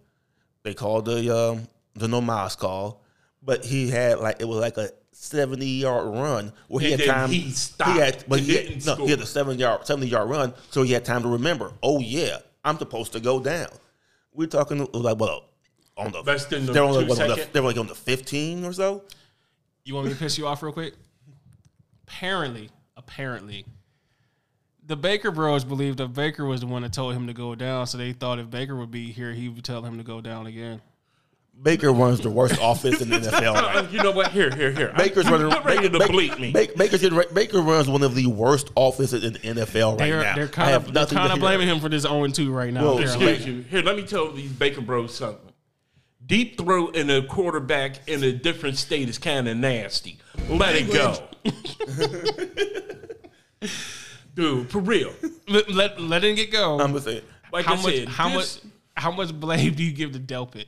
they called the um, the no miles call, but he had like it was like a seventy yard run where he
And
had
then
time.
he stopped
had, but
and
he had,
didn't
no, he had
score.
a seven yard seventy yard run, so he had time to remember. Oh yeah, I'm supposed to go down. We're talking like well. On the,
Less than the
they're only
two
what, on the-
second?
they're like on the fifteen or so.
You want me to piss you off real quick? Apparently, apparently, the Baker Bros believed that Baker was the one that told him to go down. So they thought if Baker would be here, he would tell him to go down again.
Baker runs the
(laughs)
worst offense in the NFL. Right
Uh, you know what? Here, here, here. (laughs)
Baker's
I'm,
running.
I'm ready
Baker,
to
Baker-
bleep me.
Baker, Baker's getting re- Baker runs one of the worst offenses in the NFL right
They're
now.
they're
I
kind
have
of they're
nothing to
kind of
hear.
blaming him for this 0 2 right now.
Whoa,
apparently.
Excuse you. Here, let me tell these Baker Bros something. Deep throw and a quarterback in a different state is kind of nasty. Let it go. (laughs) Dude, for real.
(laughs) Let, let let him get go.
I'm just saying,
Like
how
I
much
said,
how
this-
much (laughs) how much blame do you give to Delpit?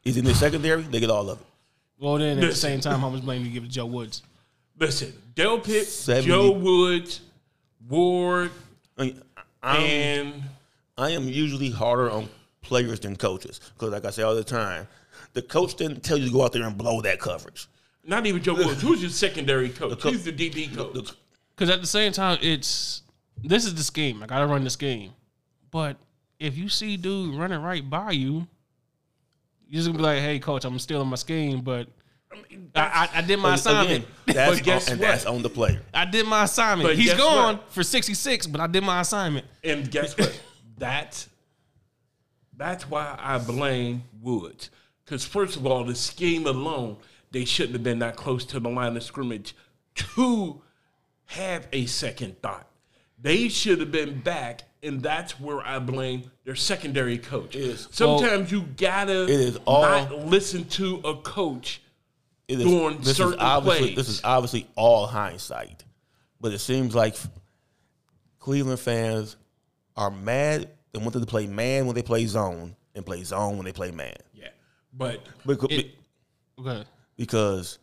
he's in the secondary. They get all of it.
Well, then at the
Listen.
same time, how much blame do you give to Joe Woods?
Listen, Del Pitt,
70.
Joe Woods, Ward,
I, mean, I'm-
and
I am usually harder on players than coaches because, like I say all the time, the coach didn't tell you to go out there and blow that coverage.
not even Joe Woods. Who's your secondary coach?
co-
Who's the DB coach?
Because at the same time, it's this is the scheme. I gotta run this game. But if you see dude running right by you, you're just gonna be like, "Hey, coach, I'm stealing my scheme." But I, I, I did my
But
assignment.
Again, that's
But guess
on, and
what?
that's on the player.
I did my assignment.
But
He's
guess
gone
what?
for 66, but I did my assignment.
And guess what? That's that's why I blame Woods. Because first of all, the scheme alone, they shouldn't have been that close to the line of scrimmage to have a second thought. They should have been back, and that's where I blame their secondary coach.
is.
Sometimes you gotta
It is all-
not listen to a coach.
It
Doing
this is
certain
obviously
plays.
this is obviously all hindsight, but it seems like Cleveland fans are mad and wanted to play man when they play zone and play zone when they play man
Yeah, but
because,
It- Okay.
because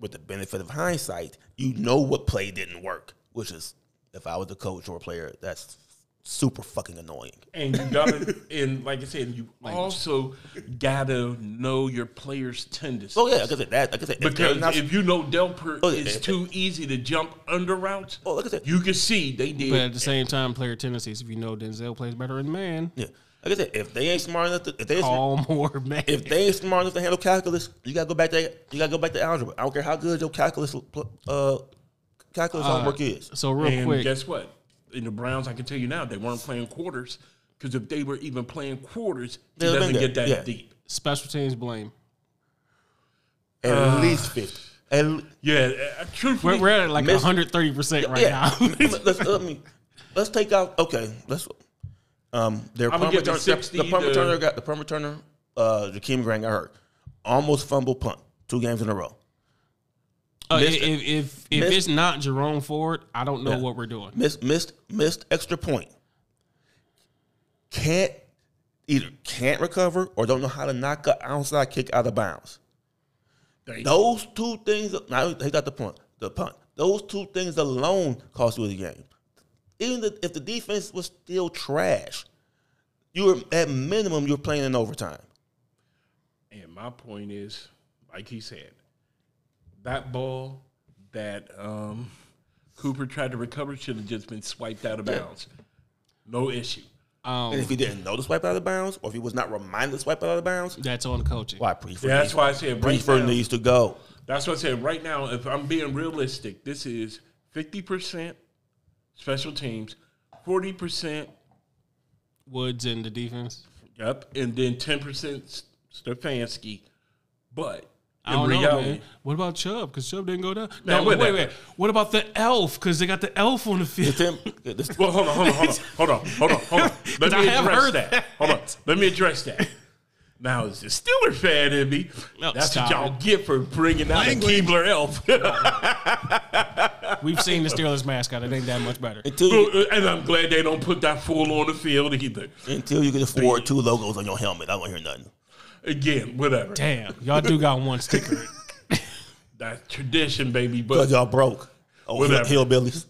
with the benefit of hindsight, you know what play didn't work, which is if I was a coach or a player, that's super fucking annoying.
And you gotta, and like I said, you also gotta know your players' tendencies.
So Oh, yeah, like I said that. Like I said, if they're
Because
not-
if you know Delper
Oh, yeah,
is
yeah,
too easy to jump under routes,
oh, like I said,
you can see they
But
did.
at the same time, player tendencies. If you know Denzel plays better in man,
yeah, like I said, if they ain't smart enough, to, if they ain't smart-
all more man.
if they ain't smart enough to handle calculus, you gotta go back to you gotta go back to algebra. I don't care how good your calculus uh
Uh,
calculus homework is.
so real
And
quick,
guess what? In the Browns, I can tell you now, they weren't playing quarters. Because if they were even playing quarters, it
They'd have
doesn't
been
get
there.
that
Yeah.
deep.
special teams blame.
uh,
At least fifty. At le-
Yeah, uh, truthfully,
We're, we're at like
Miss-
130 percent right
yeah.
now.
let's, (laughs) uh, let me, let's take out. Okay, let's. Um, their
I'ma
punt
give it
return,
60
the, the punt
to-
returner got the punt returner. Uh, Jakeem Grant got hurt. Almost fumble punt two games in a row.
Uh,
Missed
if
it.
if, if, if
Missed-
it's not Jerome Ford, I don't know what we're doing.
Missed missed missed extra point. Can't either can't recover or don't know how to knock an outside kick out of bounds.
Thank
Those two things. Now he got the punt. The punt. Those two things alone cost you the game. Even the, if the defense was still trash, you were at minimum you're playing in overtime.
And my point is, like he said, that ball that um, Cooper tried to recover should have just been swiped out of bounds. No issue.
Um,
And if he didn't know to swipe out of bounds, or if he was not reminded to swipe out of bounds,
that's on coaching.
why Prefer
Yeah, that's
needs,
why I said right
Prefer
now,
needs to go.
That's what I said right now. If I'm being realistic, this is fifty percent special teams, forty percent
Woods and the defense.
Yep, and then ten percent Stefanski. But
I
in
don't
reality,
know, man. What about Chubb? Because Chubb didn't go down. no,
Man, what
wait,
that-
wait, What about the elf? Because they got the elf on the field. (laughs)
Tim, yeah, this-
well, hold on, hold on, hold on, hold on, hold on, hold on. Let
I
me
have
address
heard
that.
that.
Hold on, let me address that. Now, as a Steeler fan in me,
No,
that's
stop
what y'all get for bringing out a Keebler elf. (laughs)
We've seen the Steelers mascot. It ain't that much better.
until, you,
and I'm glad they don't put that fool on the field either.
until you can afford two logos on your helmet, I don't hear nothing.
Again, whatever.
Damn, y'all do got one sticker.
That's tradition, baby.
Because
But
y'all broke. Oh,
Whatever.
hill- hillbillies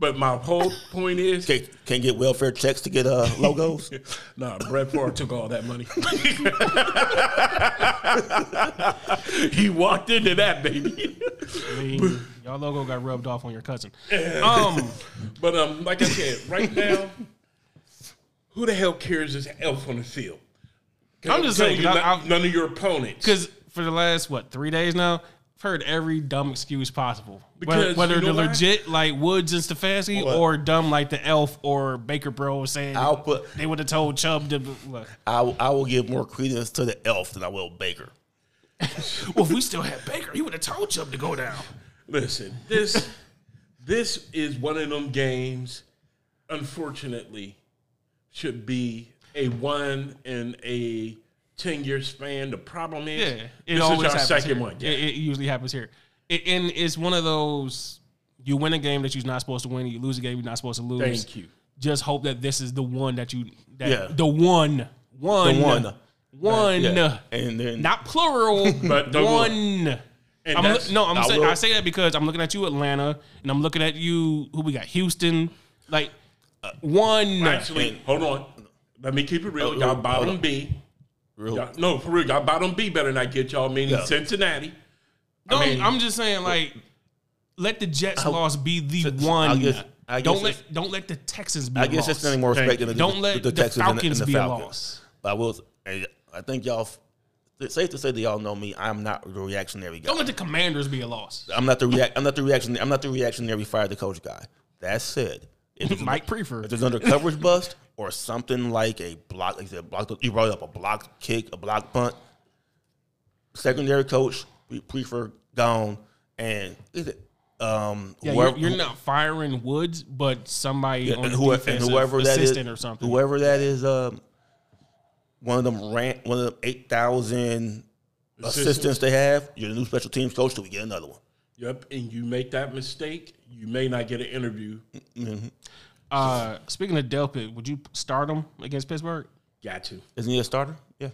but my whole point is,
can't, can't get welfare checks to
(laughs)
get uh, logos.
(laughs) Nah, Brett Favre took all that money. (laughs) he walked into that baby. (laughs)
I mean, y'all logo got rubbed off on your cousin. Um,
But um, like I said, right now, who the hell cares this elf on the field? 'Cause
I'm just
telling
saying,
you,
'cause
none,
I- I'm-
none of your opponents.
because for the last what three days now, I've heard every dumb excuse possible. Whether,
Because
whether
you know
the
why?
legit like Woods and Stefanski,
What?
or dumb like the Elf or Baker Bro was saying
I'll put.
they would have told Chubb to look.
I, will- I will give more credence to the elf than I will Baker.
Well, if we still had Baker, he would have told Chubb to go down.
Listen, this this is one of them games. Unfortunately, should be a one in a ten year span. The problem is,
Yeah, it
this is
always
our
happens
second
here.
one. Yeah.
It, it usually happens here, it, and it's one of those. You win a game that you're not supposed to win, and you lose a game you're not supposed to lose.
Thank you.
Just hope that this is the one that you, that
Yeah.
the one, one,
one.
one,
Yeah. And then
uh, not
(laughs)
plural,
But the
one.
And
I'm,
that's-
loo- no, I'm
I
saying
will-
I say that because I'm looking at you, Atlanta, and I'm looking at you. Who we got? Houston, like uh, one.
Actually, hold on. Let me keep it real.
Oh,
y'all
oh, hold
bottom
on.
B.
real.
Y'all- no, for real. Y'all bottom B better than I get y'all. Meaning
Yeah.
Cincinnati.
No, I
mean-
am just saying like let the Jets loss be the
I
one.
guess- I
don't
guess
let
it's-
don't let the Texans be.
I
a
guess
loss.
it's nothing more respect than the,
Don't let the
Texans and
Falcons
and
be a
Falcons.
loss.
But I will. I I think y'all. It's safe to say that y'all know me. I'm not the reactionary guy.
Don't let the Commanders be a loss.
I'm not the react. I'm not the reaction. I'm not the reactionary fire the coach guy. That said, if it's,
Mike
if
Prefer.
it's under coverage bust or something like a block, like you said, block. You brought up a block kick, a block punt. Secondary coach we prefer gone, and is it um
Yeah,
whoever-
you're, you're not firing Woods, but somebody
Yeah,
on
and,
the
whoe- and
defensive
whoever that is,
assistant or something.
whoever that is, um, one of them rant, one of them eight thousand assistants they have. You're the new special teams coach till we get another one.
Yep. And you make that mistake, you may not get an interview.
Uh, speaking of Delpit, would you start him against Pittsburgh?
Got to.
Isn't he a starter? Yeah.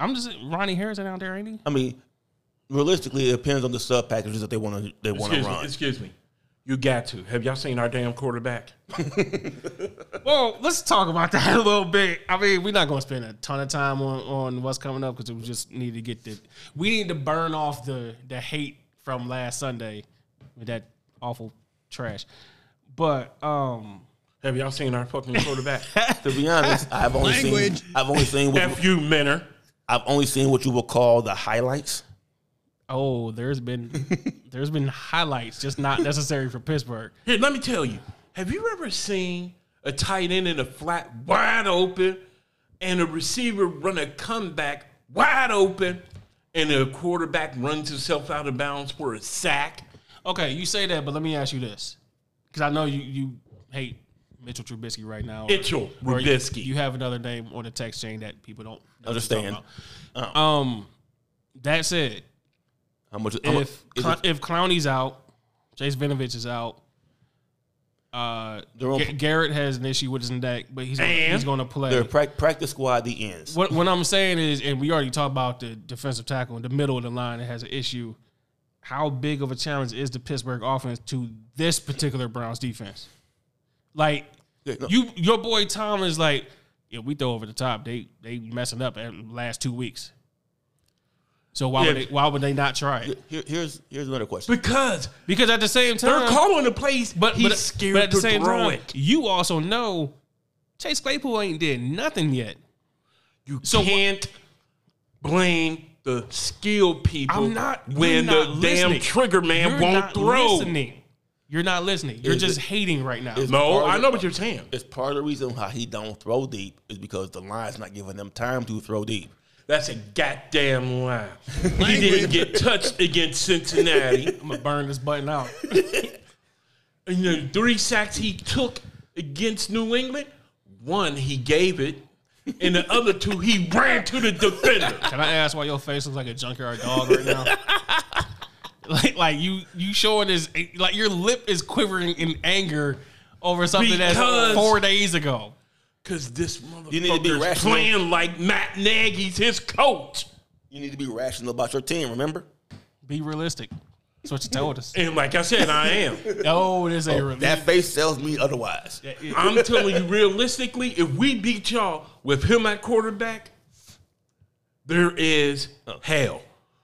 I'm just Ronnie Harrison out there, ain't he?
I mean, realistically, it depends on the sub packages that they want to they want to
Excuse me.
run.
Excuse me. You got to. Have y'all seen our damn quarterback?
Well, let's talk about (laughs) that a little bit. I mean, we're not going to spend a ton of time on, on what's coming up because we just need to get the we need to burn off the the hate from last Sunday with that awful trash. But um
Have y'all seen our fucking
(laughs)
quarterback?
To be honest, I've only
Language.
seen I've only seen what,
F you, Minner.
I've only seen what you would call the highlights.
oh, there's (laughs) been there's been highlights just not necessary for Pittsburgh.
Here, let me tell you. Have you ever seen a tight end in a flat wide open and a receiver run a comeback wide open and a quarterback runs himself out of bounds for a sack?
Okay, you say that, but let me ask you this because I know you you hate Mitchell Trubisky right now. or-
Mitchell
or you-
Trubisky.
You, have another name on the text chain that people don't know what you're talking
Understand.
about. Um, that said,
How much? How much
if Cl- if Clowney's out, Chase Vinovich is out. Uh,
They're on-
Ga- Garrett has an issue with his neck, but he's gonna,
And?
he's going to play.
their prac- practice squad, the ends.
What, what I'm saying is, and we already talked about the defensive tackle in the middle of the line that has an issue. How big of a challenge is the Pittsburgh offense to this particular Browns defense? Like
Yeah, no.
you, your boy Tom is like, yeah, we throw over the top. They they messing up at last two weeks. So why would
Yeah.
they, why would they not try it?
Here, here's here's another question.
Because
Because at the same
they're
time,
calling the plays,
but
but he's
but,
scared
but at the
to
same
throw
time,
it.
you also know Chase Claypool ain't did nothing yet.
You
So wh-
can't blame the skilled people
I'm not you're
when
not
the
listening.
damn trigger man
You're
won't
not
throw.
Listening. You're not listening. You're
Is
just
it-
hating right now.
is-
No, I know what you're saying.
It's part of the reason why he don't throw deep is because the line's not giving them time to throw deep.
That's a goddamn (laughs) lie. (laughs) he didn't get touched against Cincinnati.
I'm gonna burn this button out.
And the three sacks he took against New England, one he gave it, and the other two he ran to the defender.
Can I ask why your face looks like a junkyard dog right (laughs) now? like, like you, you showing this, like your lip is quivering in anger over something
Because-
that's four days ago.
(laughs) Cause this
You need to be
motherfucker's
rational.
playing like Matt Nagy's his coach.
You need to be rational about your team. Remember,
Be realistic. That's what you told (laughs) us.
And like I said, I am.
Oh, this ain't realistic.
that face tells me otherwise.
I'm telling you realistically, if we beat y'all with him at quarterback, there is hell.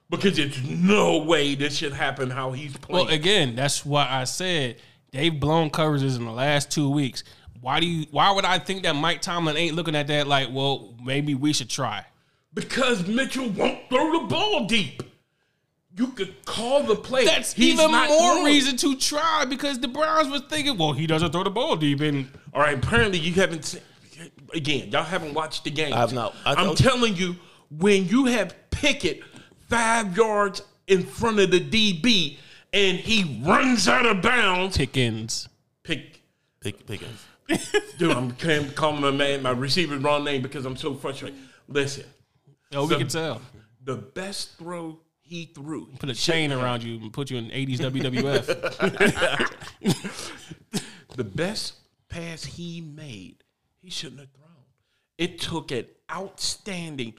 Because it's no way this should happen how he's playing.
Well, again, that's why I said they've blown coverages in the last two weeks. Why do you? Why would I think that Mike Tomlin ain't looking at that like, well, maybe we should try?
because Mitchell won't throw the ball deep. You could call the play.
That's
He's
even more
not throwing.
reason to try because the Browns was thinking, well, he doesn't throw the ball deep, and
All right, apparently you haven't seen. Again, y'all haven't watched the game.
I've not. I
am
told-
telling you, when you have Pickett five yards in front of the DB and he runs out of bounds,
Pickens.
pick.
Pick, Pickens.
(laughs) Dude, I'm can't call my man, my receiver's wrong name because I'm so frustrated. Listen,
Oh, we can tell.
the best throw he threw,
Put a chain around you and put you in '80s (laughs) WWF.
the best pass he made, he shouldn't have thrown. It took an outstanding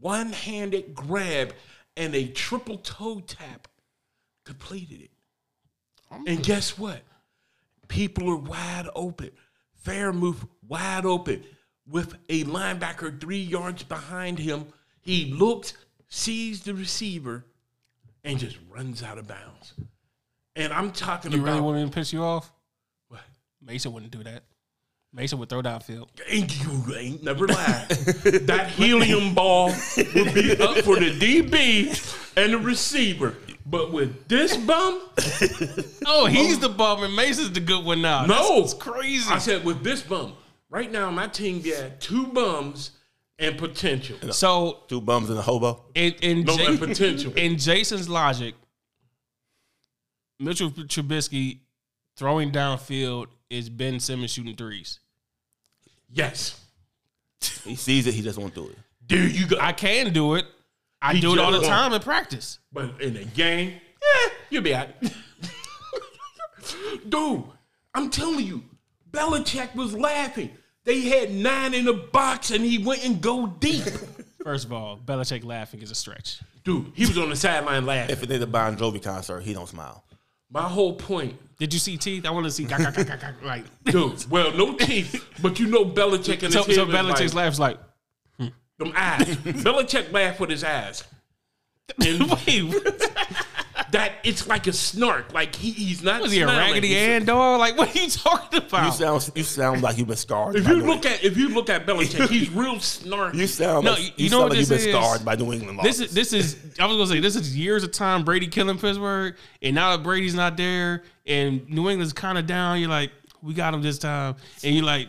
one-handed grab and a triple toe tap, completed it. And guess what? People are wide open. Fair move, wide open, with a linebacker three yards behind him. He looks, sees the receiver, and just runs out of bounds. And I'm talking
you
about
really want me to piss you off?
what?
Mason wouldn't do that. Mason would throw downfield.
And you ain't never lied. that helium ball would be up for the DB and the receiver. But with this bum,
Oh, he's the bum and Mason's the good one now.
No.
it's crazy.
I said with this bum. Right now, my team got two bums and potential.
So
Two bums and a hobo.
in in,
No,
Ja-
and potential.
in Jason's logic, Mitchell Trubisky throwing downfield is Ben Simmons shooting threes.
Yes.
He sees it. He just won't do it.
There you go.
I can do it. I
He
do it all the
just
time in practice.
But in a game, yeah, you'll be out. (laughs) Dude, I'm telling you, Belichick was laughing. They had nine in the box and he went and go deep.
First of all, Belichick laughing is a stretch.
Dude, he was on the sideline laughing.
If it ain't a Bon Jovi concert, he don't smile.
My whole point,
Did you see teeth? I want to see gawk, gawk, gawk, gawk, gawk, like.
dude. Well, no teeth, but you know Belichick and his
So,
head
so
is
Belichick's
like,
laughs (laughs) like,
them eyes. Belichick laughed with his eyes.
(laughs) wait, what?
That it's like a snark. Like he, he's not.
was he a
smiling.
raggedy
He's-
Ann dog? Like, what are you talking
You
about?
sound you sound like you've been scarred.
If
by
you
New
look at if you look at Belichick, he's real snarky.
You sound
No,
like,
you-
you,
you know
sound
what
like you've been
this is?
scarred by New England law.
This is this is. I was gonna say this is years of time Brady killing Pittsburgh, and now that Brady's not there, and New England's kind of down. You're like, we got him this time, and you're like,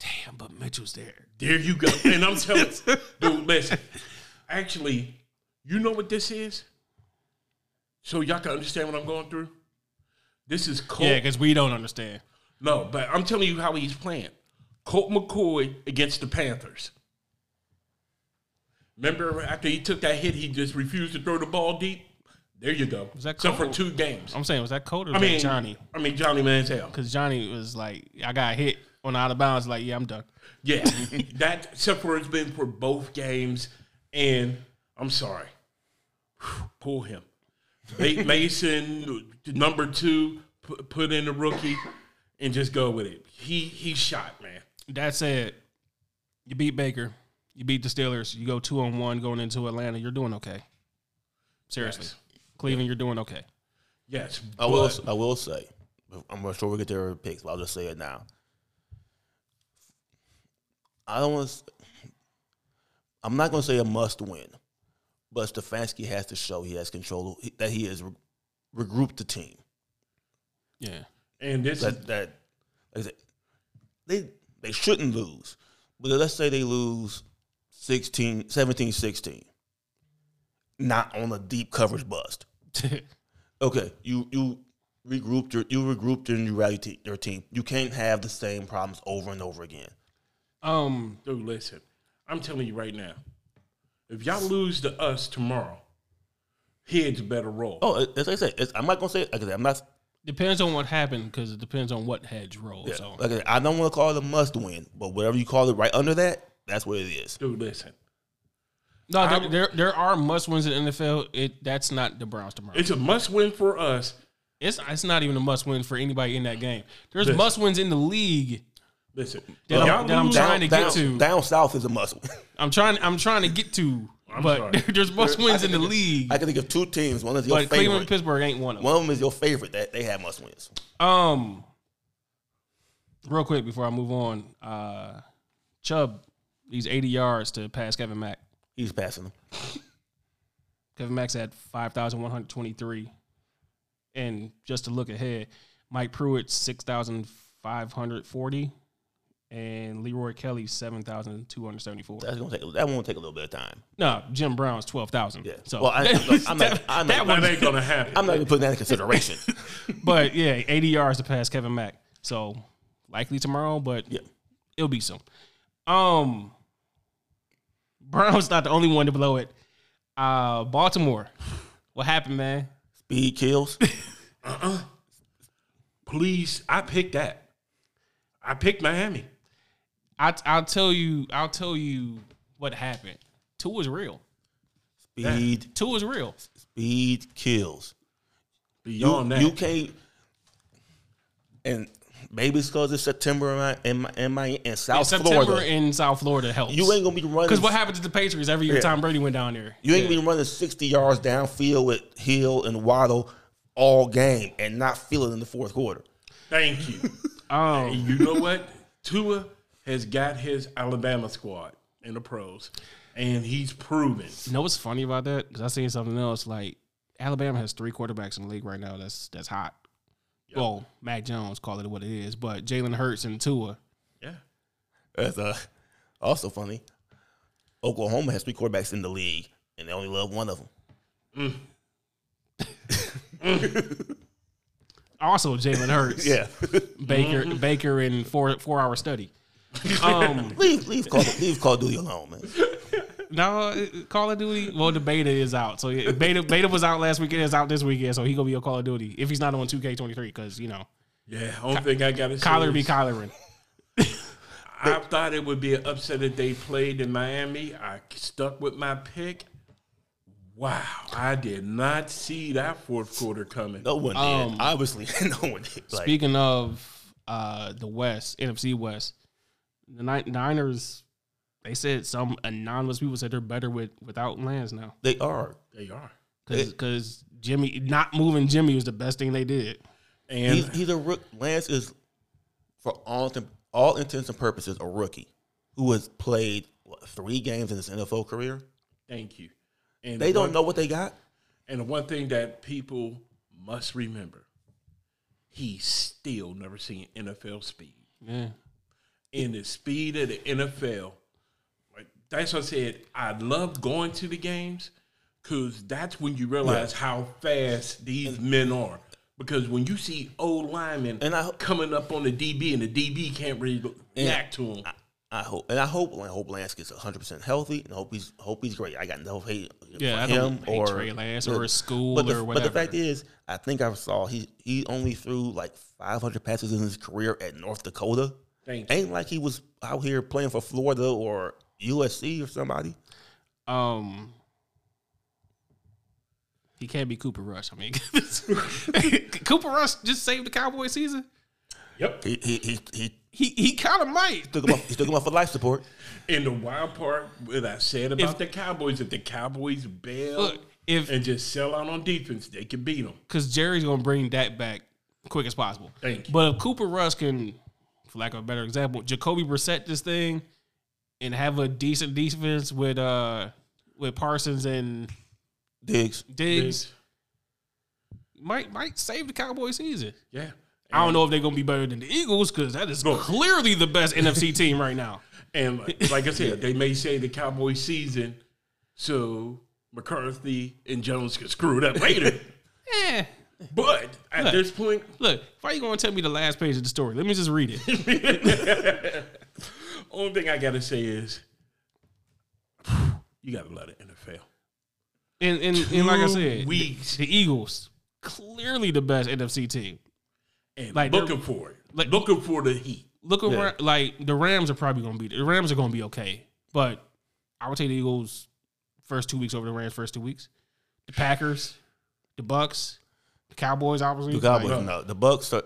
damn, but Mitchell's there.
there you go. And I'm telling dude, listen. Actually, you know what this is? So y'all can understand what I'm going through? This is Colt.
Yeah, because we don't understand.
no, but I'm telling you how he's playing. Colt McCoy against the Panthers. Remember after he took that hit, he just refused to throw the ball deep? There you go.
that
Except for
Colt?
two games.
I'm saying was that Cole or
I mean
Johnny?
I mean
(laughs)
Johnny Manziel.
Because Johnny was like, I got hit on the out of bounds. Like, yeah, I'm done.
Yeah, that except for it's been for both games, and I'm sorry, pull him.
(laughs)
Nate Mason, number two, pu- put in a rookie, and just go with it. He he shot man.
That said, you beat Baker, you beat the Steelers, you go two on one going into Atlanta. You're doing okay. Seriously,
Yes.
Cleveland, you're doing okay.
Yes,
I will.
but
I will say. I'm not sure we get their picks, but I'll just say it now. I don't want. I'm not going to say a must win, but Stefanski has to show he has control that he has re- regrouped the team.
Yeah.
and this is
That that like I said, they they shouldn't lose, but let's say they lose 16, 17, 16. Not on a deep coverage bust. Okay, you you regrouped your you regrouped and you rallied te- your team. You can't have the same problems over and over again.
(laughs) um.
dude. Listen, I'm telling you right now, if y'all lose to us tomorrow, heads better roll.
Oh, it- as I said, it's, I'm not gonna say like I said, I'm not.
Depends on what happened because it depends on what hedge rolls.
yeah,
So
Like I, said, I don't want to call it a must win, but whatever you call it, right under that, that's what it is.
Dude, listen,
no,
I-
there, there there are must wins in the NFL. It that's not the Browns tomorrow.
it's a must win for us.
It's it's not even a must win for anybody in that game. There's
Listen.
must wins in the league.
Listen,
That I'm-
y'all
that I'm
lose-
trying to get
down,
to-
down south is a must win. (laughs)
I'm trying I'm trying to get to,
I'm
but
sorry.
(laughs) there's must wins in the league.
I can think of two teams. One is your
But Cleveland
favorite.
and Pittsburgh ain't one of them.
One of them is your favorite that they have must wins.
Um, real quick before I move on, uh, Chubb, these 80 yards to pass Kevin Mack.
He's passing them.
Kevin Mack's at 5,123. And just to look ahead, Mike Pruitt, 6,540. And Leroy Kelly, 7,274.
That's gonna take that one will take a little bit of time.
No, Jim Brown's 12,000.
Yeah.
So,
Well,
(laughs)
I- look, I'm not-
that,
I'm
that
not-
one,
that ain't gonna happen.
I'm not even putting that
(laughs)
in consideration.
but yeah, 80 yards to pass Kevin Mack. So likely tomorrow, but
Yeah.
it'll be soon. Um, Brown's (laughs) not the only one to blow it. Uh, Baltimore, what happened, man?
Speed kills.
please, I picked that. I picked Miami.
I I'll tell you, I'll tell you what happened. Two is real.
Speed.
Two is real.
Speed kills. You,
Beyond that,
you can't. And maybe it's because it's September in my in my, in, my, in South
In September
Florida.
in South Florida helps.
you ain't gonna be running.
because what happened to the Patriots every year
Yeah.
Tom Brady went down there.
You ain't gonna be running sixty yards downfield with Hill and Waddle all game and not feel it in the fourth quarter.
thank you. (laughs)
Um,
and you know what? Tua has got his Alabama squad in the pros, and he's proven.
You know what's funny about that? Because I seen something else. Like Alabama has three quarterbacks in the league right now. That's that's hot. Well, Mac Jones, call it what it is, but Jalen Hurts and Tua.
Yeah,
That's uh, also funny. Oklahoma has three quarterbacks in the league and they only love one of them.
Also, Jalen Hurts,
Yeah,
Baker, Baker, in four four hour study. Um,
(laughs) leave leave Call leave Call of Duty alone, man.
no, Call of Duty. Well, the beta is out. So yeah, beta beta was out last weekend. It's out this weekend. So he gonna be on Call of Duty if he's not on two K twenty three. Because you know,
yeah. Only thing I got to say,
Kyler be
is
Kylering.
I thought it would be an upset if they played in Miami. I stuck with my pick. Wow, I did not see that fourth quarter coming.
No one
Um,
did. Obviously, (laughs) no one did. Like,
Speaking of uh, the West, NFC West, the Ni- Niners, they said some anonymous people said they're better with without Lance now
they are.
They are.
It-
because Jimmy not moving Jimmy was the best thing they did.
And
He's, he's a rook. Lance is, for all th- all intents and purposes, a rookie who has played what, three games in his NFL career.
thank you. And
They
one-
don't know what they got.
And the one thing that people must remember, he's still never seen NFL speed.
Yeah,
In the speed of the NFL, like, that's what I said. I love going to the games because that's when you realize how fast these men are. Because when you see old linemen
And I-
coming up on the DB and the DB can't really react to them,
I hope, and I hope, I hope Lance gets 100 percent healthy, and hope he's hope he's great. I got no hate
Yeah, I
for
don't
him
hate
or
Trey Lance or his school
but the,
or
But the fact
whatever.
is, I think I saw he he only threw like 500 passes in his career at North Dakota.
Thank you.
Ain't like he was out here playing for Florida or USC or somebody.
um, he can't be Cooper Rush. I mean, (laughs) Cooper Rush just saved the Cowboy season.
Yep.
He he he, he
He he kind of might.
took him off, he took him off for life support.
And the wild part, what I said about the Cowboys, if the Cowboys bail
Look, if
and just sell out on defense, they can beat them.
because Jerry's gonna bring Dak back quick as possible.
Thank you.
But if Cooper Rush can, for lack of a better example, Jacoby Brissett this thing and have a decent defense with uh with Parsons and
Diggs.
Diggs, might might save the Cowboy season.
Yeah.
I don't know if they're gonna be better than the Eagles because that is clearly the best
(laughs)
NFC team right now. (laughs)
And like, like I said, they may say the Cowboy season, so McCarthy and Jones can screw it up
(laughs)
later.
Eh.
but at this point,
Look, why you gonna tell me the last page of the story? Let me just read
(laughs)
it.
only thing I got to say is you got to love the NFL.
And and, and like I
Two
said,
weeks.
the Eagles clearly the best NFC team.
And
Like,
looking for it.
like-
looking for the heat.
look around. Like the Rams are probably going to be the Rams are going to be okay, but I would take the Eagles first two weeks over the Rams first two weeks. The Packers, the Bucks, the Cowboys, obviously.
The Cowboys.
Like,
no, the Bucks. Are,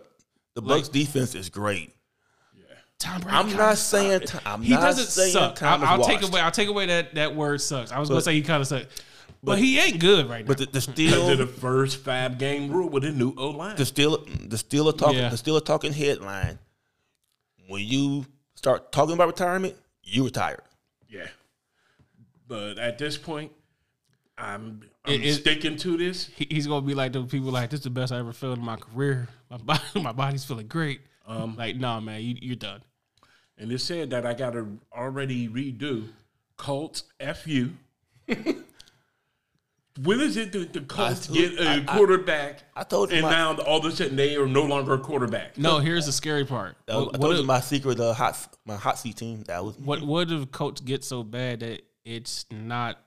the Bucks defense is great.
Tom Brady.
I'm
kinda
not saying t- I'm
He
not
doesn't
saying
suck.
Tom
I'll,
is
I'll take
washed.
away. I'll take away that that word sucks. I was going
But-
to say he kind of sucked, but, he ain't good right
But
now.
the,
(laughs)
the
Under
Steel,
the first five game rule with a new O line.
the Steel, the Steel are talking,
Yeah.
the Steel are talking headline. When you start talking about retirement, you retire.
Yeah. But at this point, I'm, I'm
It- it-
sticking to this.
He- He's gonna be like the people like this. Is the best I ever felt in my career. My body, (laughs) my body's feeling great. Um, like nah, man, you, you're done.
And it said that I got to already redo Colts FU. (laughs) when is it that the Colts
I-
get a
I- I-
quarterback?
I told you
and
my-
now all of a sudden they are no longer a quarterback.
No, here's the scary part.
That was,
What-
I
what
told you
if-
my secret, uh, hot, my hot seat team. That was
What what if Coach gets so bad that it's not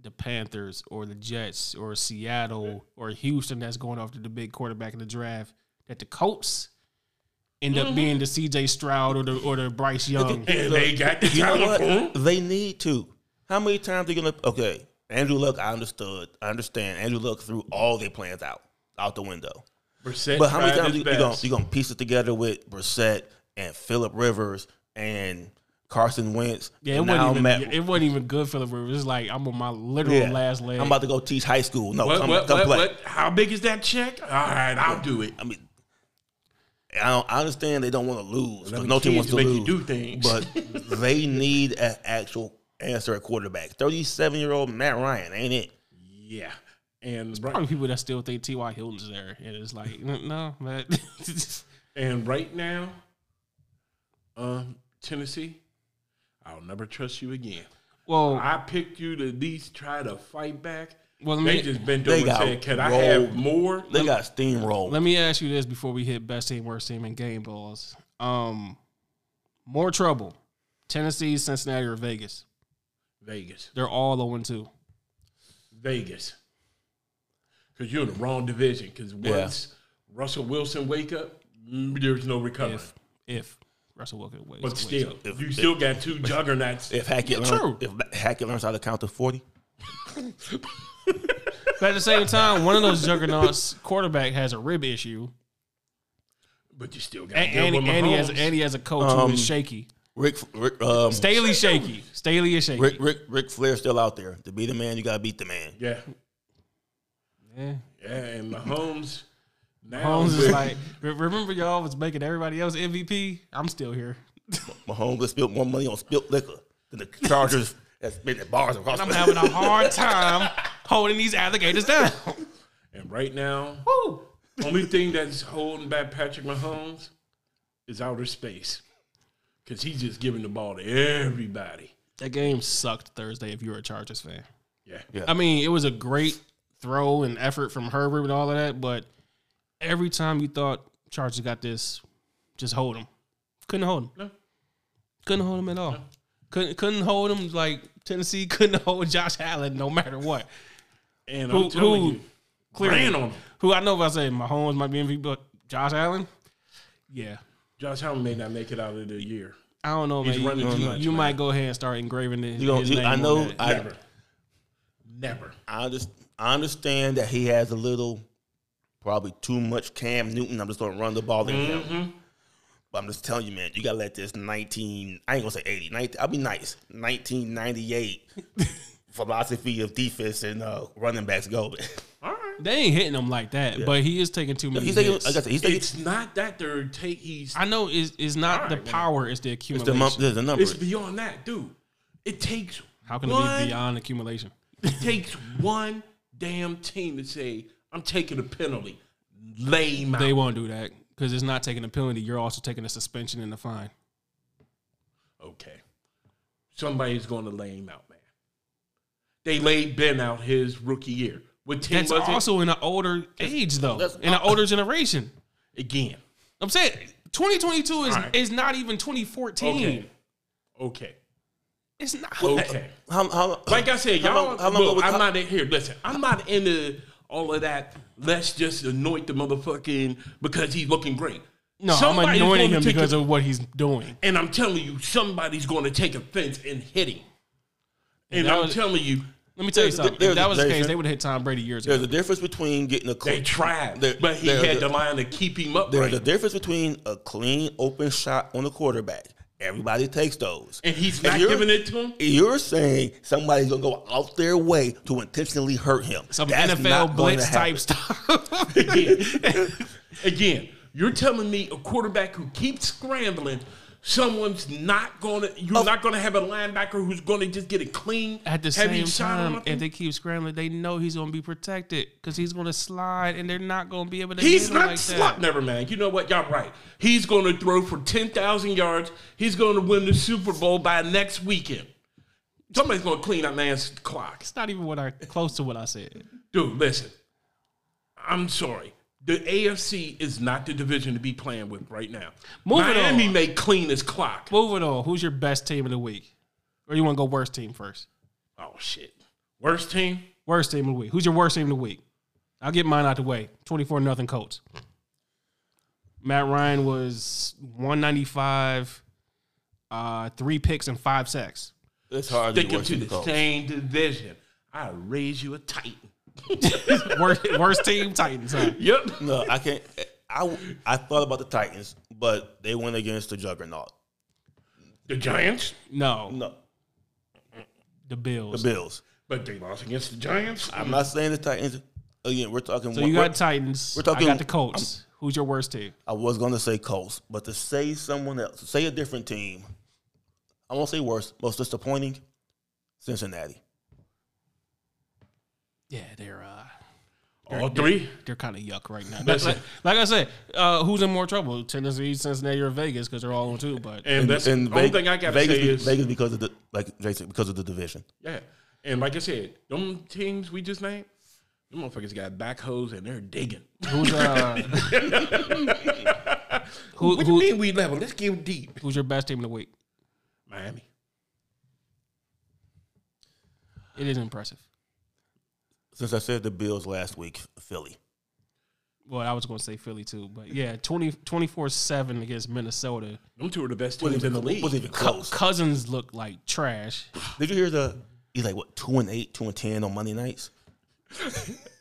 the Panthers or the Jets or Seattle or Houston that's going after the big quarterback in the draft? That the Colts end up being the C.J. Stroud or the or the Bryce
(laughs)
Young.
(laughs) And they got the
You know
talent for him.
what? They need to. How many times are you gonna? Okay, Andrew Luck. I understood. I understand. Andrew Luck threw all their plans out out the window.
Brissett
But how many
tried
times
his
you, you gonna
best.
you gonna piece it together with Brissett and Philip Rivers and Carson Wentz?
Yeah, it
and
wasn't
now
even
Matt-
it wasn't even good for the Rivers. It's like I'm on my literal
Yeah.
last leg.
I'm about to go teach high school. No,
What,
come,
what,
come
what,
play.
what? How big is that check? All right, I'll do it.
I mean, I, don't, I understand they don't want to lose. 'cause
them
No team wants
kids
to
make you
lose.
do things.
but
(laughs)
they need an actual answer at quarterback. Thirty-seven year old Matt Ryan ain't it?
Yeah. And right,
Probably people that still think T.Y. Hilton's there, and it's like n- no, man. (laughs)
And right now, um, Tennessee, I'll never trust you again.
well,
I picked you to at least try to fight back.
well, let
They
me,
just bent
They
over and
got
said, "Can I
rolled.
have more?"
They got steamrolled.
Let me ask you this before we hit best team, worst team, and game balls. Um, more trouble. Tennessee, Cincinnati, or Vegas.
Vegas,
They're all 0 2.
Vegas, because you're in the wrong division. Because once Russell Wilson wake up, mm, there's no recovering.
If if Russell Wilson waits.
but
waits
still,
up.
If- (laughs)
you still got two juggernauts.
If Hackett
Yeah, true.
learns, if Hackett learns how to count to forty,
But at the same time, one of those juggernauts quarterback has a rib issue,
But you still got
and,
to deal
and,
with
and he
Mahomes.
has and he has a coach who is shaky.
Rick, Rick, um,
Staley shaky. Staley is shaky.
Rick, Rick, Rick Flair's still out there. To be the man, you gotta beat the man.
yeah,
Yeah.
yeah, and Mahomes. Now
Holmes is like, "Re- remember y'all was making everybody else MVP. I'm still here.
Mahomes has spent more money on spilt liquor than the Chargers (laughs) that spent at bars across.
I'm
the-
having a hard time holding these alligators down.
and right now,
Woo.
only thing that's holding back Patrick Mahomes is outer space, because he's just giving the ball to everybody.
That game sucked Thursday. If you're a Chargers fan,
Yeah,
Yeah.
I mean, it was a great throw and effort from Herbert and all of that, but every time you thought Chargers got this, just hold them. Couldn't hold them.
No.
Couldn't hold them at all. Couldn't couldn't hold them like Tennessee (laughs) couldn't hold Josh Allen no matter what.
and
Who-
I'm telling
who
you, ran on him.
Who I know if I say Mahomes might be MVP, but Josh Allen, yeah.
Josh Allen may not make it out of the year.
I don't know,
He's
man. You-
running
you
too much,
you
man.
might go ahead and start engraving his,
You gonna-
his
you-
name.
I
on
know.
that.
I,
Never, never.
I just I understand that he has a little, probably too much Cam Newton. I'm just gonna run the ball in
Mm-hmm.
him. But I'm just telling you, man, you gotta let this 19. I ain't gonna say 80. 19, I'll be nice. 1998
(laughs)
philosophy of defense and uh, running backs go. man.
All right.
they ain't hitting him like that, but he is taking too many.
He's taking.
hits.
Like I said, he's taking.
It's not that they're take he's
I know it's, it's not the
Alright, man.
power, it's the
It's the,
accumulation.
mum- there's a number.
it's beyond that, dude. It takes
How can
one,
it be beyond accumulation?
it takes one damn team to say, I'm taking a penalty. Lay my
They won't do that because it's not taking a penalty. You're also taking a suspension and a fine.
Okay. Somebody's going to lay him out, man. They laid Ben out his rookie year. What team
That's
was
also in an older age, though,
that's
in an older generation.
it? Again.
I'm saying 2022 is
Alright.
is not even 2014.
Okay. Okay.
It's not.
Okay.
How, how,
Like I said,
how
y'all,
long- how long
look,
ago was-
I'm not in here. Listen, I'm not into all of that. Let's just anoint the motherfucking because he's looking great.
No, I'm
Somebody's
anointing
gonna
him
take
because
a-
of what he's doing.
and I'm telling you, somebody's going to take offense and hit him. And
that
I'm
was-
telling you,
Let me tell you
There's a-
something.
there's
If that
a
was the case,
difference.
they would have hit Tom Brady years ago.
There's a difference between getting a
they
clean.
tried,
There-
but he
there's
had
a-
the line to keep him up.
There's a difference between a clean open shot on the quarterback. Everybody takes those.
and he's
If
not
you're-
giving it to him.
You're saying somebody's gonna go out their way to intentionally hurt him.
Some
That's not
NFL
gonna
blitz
happen.
type stuff. (laughs)
Again, again, you're telling me a quarterback who keeps scrambling, someone's not going to. You're not going to have a linebacker who's going to just get a clean
At the
heavy
same
shot on
time,
him.
if they keep scrambling, they know he's going to be protected because he's going to slide, and they're not going to be able to.
He's
hit him
not
like
slot.
that.
Never mind. You know what? Y'all right. He's going to throw for ten thousand yards. He's going to win the Super Bowl by next weekend. Somebody's going to clean that man's clock,
It's not even what I close to what I said.
dude. Listen, I'm sorry. The AFC is not the division to be playing with right now.
Moving
Miami
on.
may clean his clock.
Moving on. Who's your best team of the week, or you want to go worst team first?
Oh shit! Worst team.
Worst team of the week. Who's your worst team of the week? I'll get mine out the way. Twenty four nothing Colts. Matt Ryan was one ninety five, uh, three picks and five sacks.
It's hard
Sticking to the same division. I raise you a titan.
worst, worst team Titans. Huh?
Yep.
No, I can't. I I thought about the Titans, but they went against the juggernaut.
The Giants,
No,
No,
the Bills.
the Bills.
but they lost against the Giants.
I'm not saying the Titans. Again, we're talking.
So you got Titans.
we're talking-
I got the Colts. Who's your worst team?
I was gonna say Colts, but to say someone else, to say a different team, I won't say worse, most disappointing, Cincinnati.
Yeah, they're uh,
All three.
they're kind of yuck right now.
Listen.
Like, like I said, uh, who's in more trouble? Tennessee, Cincinnati, or Vegas? Because they're all on two. But
And that's the only
Ve-
thing I gotta
Vegas,
say
be-
is
Vegas because of the like Jason because of the division.
yeah. And like I said, them teams we just named, them motherfuckers got backhoes and they're digging.
who's
(laughs)
uh, who,
What do you
who,
mean we level? Let's get deep.
who's your best team of the week?
Miami.
It is impressive.
Since I said the Bills last week, Philly.
Well, I was going to say Philly too, but yeah, 24 7 against Minnesota.
Them two are the best
Wasn't
teams in the
even-
league.
Wasn't even
Co-
close.
Cousins look like trash.
Did you hear the He's like what two and eight, two and ten on Monday nights.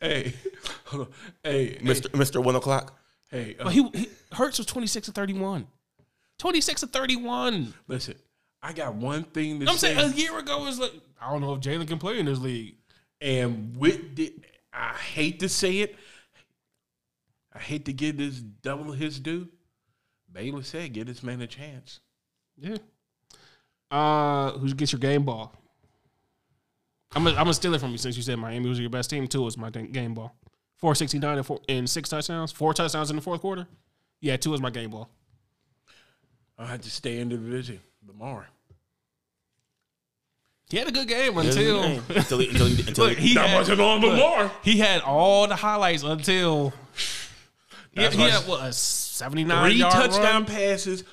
Hey, (laughs) hold on. Hey,
Mister Mister One O'clock.
hey, uh,
But he, he Hertz was twenty six to thirty one. Twenty six to thirty one.
listen. I got one thing to
I'm
say.
saying a year ago was like I don't know if Jalen can play in this league.
And with the, I hate to say it, I hate to give this double his due. Baylor said, "Give this man a chance."
Yeah. Uh, who gets your game ball? I'm gonna, I'm gonna steal it from you since you said Miami was your best team. Two was my thing- game ball. Four sixty nine and, four, and six touchdowns. Four touchdowns in the fourth quarter. Yeah, two is my game ball.
I had to stay in the division. Lamar.
He had a good game
Until
until
until he- until
(laughs)
he- until
Look,
he-
he
That
had,
wasn't on
look,
Lamar.
He had all the highlights until he,
That's
he
why-
had what a seventy nine
Three
yard
touchdown
run.
passes,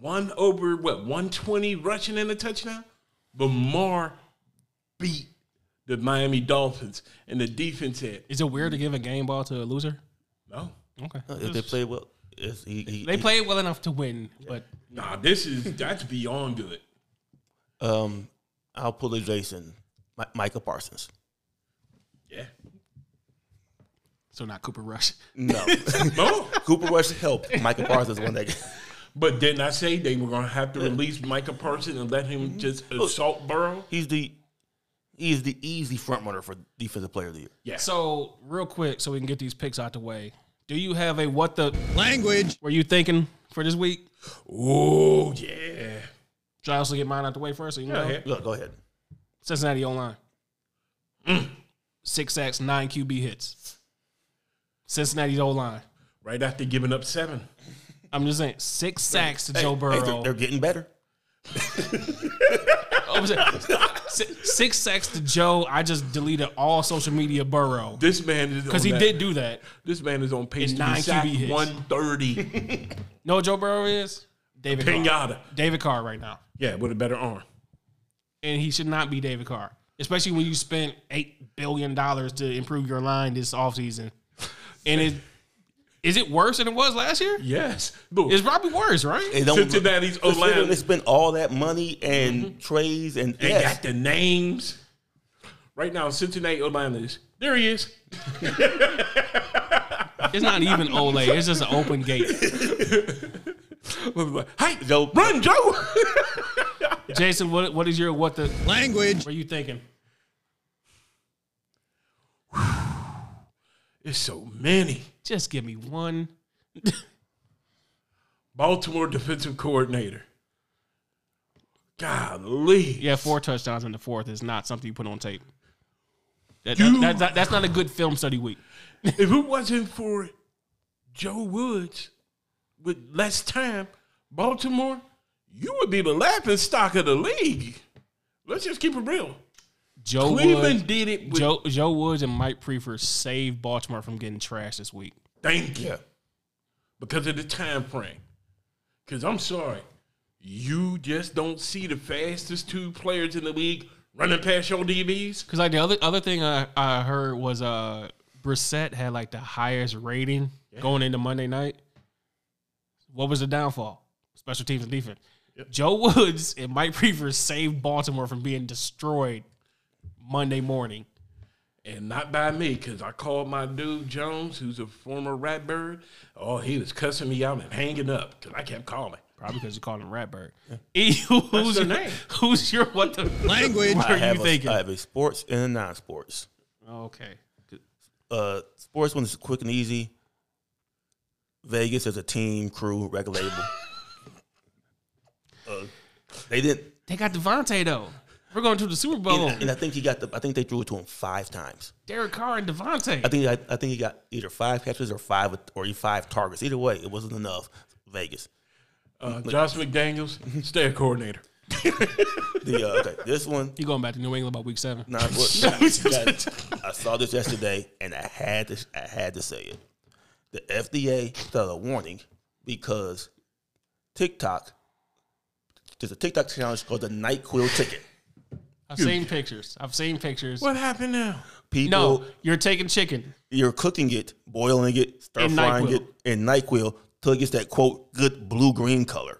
one over what one twenty rushing and a touchdown. Lamar beat the Miami Dolphins, and the defense said,
Is it weird to give a game ball to a loser?
"No,
Okay,
if they play well, if he, he,
they played well enough to win, but
nah, this is (laughs) that's beyond good."
Um, I'll pull a Jason, Mi- Micah Parsons.
Yeah,
so not Cooper Rush.
No,
no.
(laughs) Cooper Rush
(laughs)
helped Micah Parsons won that game.
But didn't I say they were going to have to release Micah Parsons and let
Mm-hmm.
him just assault Burrow?
He's the he's the easy front runner for defensive player of the year.
Yeah.
So real quick, so we can get these picks out the way. Do you have a what the language? Were you thinking for this week?
oh yeah.
Should I also get mine out the way first? So you know?
Go, go ahead.
Cincinnati O line,
Mm.
six sacks, nine QB hits. Cincinnati's O line.
Right after giving up seven.
I'm just saying six sacks to
Hey,
Joe
hey,
Burrow.
they're, they're getting better.
I'm saying, si- six sacks to Joe. I just deleted all social media Burrow
This man is
because he did do that.
This man is on pace
And
to be
nine
sacked
QB hits.
one
(laughs)
thirty.
No, Joe Burrow is David Carr.
Pinata.
David Carr right now,
Yeah, with a better arm.
and he should not be David Carr, especially when you spent eight billion dollars to improve your line this offseason. And it is it worse than it was last year?
Yes. Look,
It's probably worse, right?
They don't-
Cincinnati's O
considering
line.
They spent all that money and trades and
Mm-hmm. they
yes,
got the names. Right now, Cincinnati O line is there. He is.
It's not even Ole. It's just an open gate.
hey,
Joe-
run, Joe. (laughs)
Jason, what what is your what the language? What are you thinking?
It's so many.
Just give me one.
Baltimore defensive coordinator. Golly.
Yeah, four touchdowns in the fourth is not something you put on tape. That,
Dude.
that- that- that's not a good film study week.
If it wasn't for Joe Woods with less time, Baltimore, you would be the laughing stock of the league. Let's just keep it real.
Joe
Cleveland
Woods,
did it with
Oh, Joe, Joe Woods and Mike Prefer saved Baltimore from getting trashed this week.
thank you
Yeah.
because of the time frame. Cause I'm sorry, you just don't see the fastest two players in the league running past your DBs.
Because like the other other thing I, I heard was uh Brissett had like the highest rating going into Monday night. What was the downfall? Special teams and defense. Joe (laughs) Woods and Mike Prefer saved Baltimore from being destroyed Monday morning.
And not by me, because I called my dude Jones, who's a former Ratbird. Oh, he was cussing me out and hanging up because I kept calling.
Probably because you called him Ratbird. E, (laughs) who's
their
your
name.
Who's your what the language? What
I
are
have
you
a-
thinking?
I have a sports and a non-sports.
okay.
Uh, sports one is quick and easy. Vegas is a team, crew, record label.
(laughs)
Uh, they didn't,
They got Devontae though. We're going to the Super
Oh.
Bowl.
(laughs) and, and I think he got the. I think they threw it to him five times.
Derek Carr and Devontae.
I think I, I think he got either five catches or five or five targets. Either way, it wasn't enough. Vegas.
Uh, Josh
(laughs)
McDaniels, staff coordinator.
The uh, okay, this one.
you going back to New England by week seven? (laughs)
Nah, (laughs) but- guys, I saw this yesterday, and I had to I had to say it. The FDA started a warning because TikTok. There's a TikTok challenge called the Night Quill Ticket.
I've seen pictures. I've seen pictures.
What happened now?
People,
No, you're taking chicken.
you're cooking it, boiling it, stir
In
frying
NyQuil.
it, and NyQuil till it gets that quote good blue green color.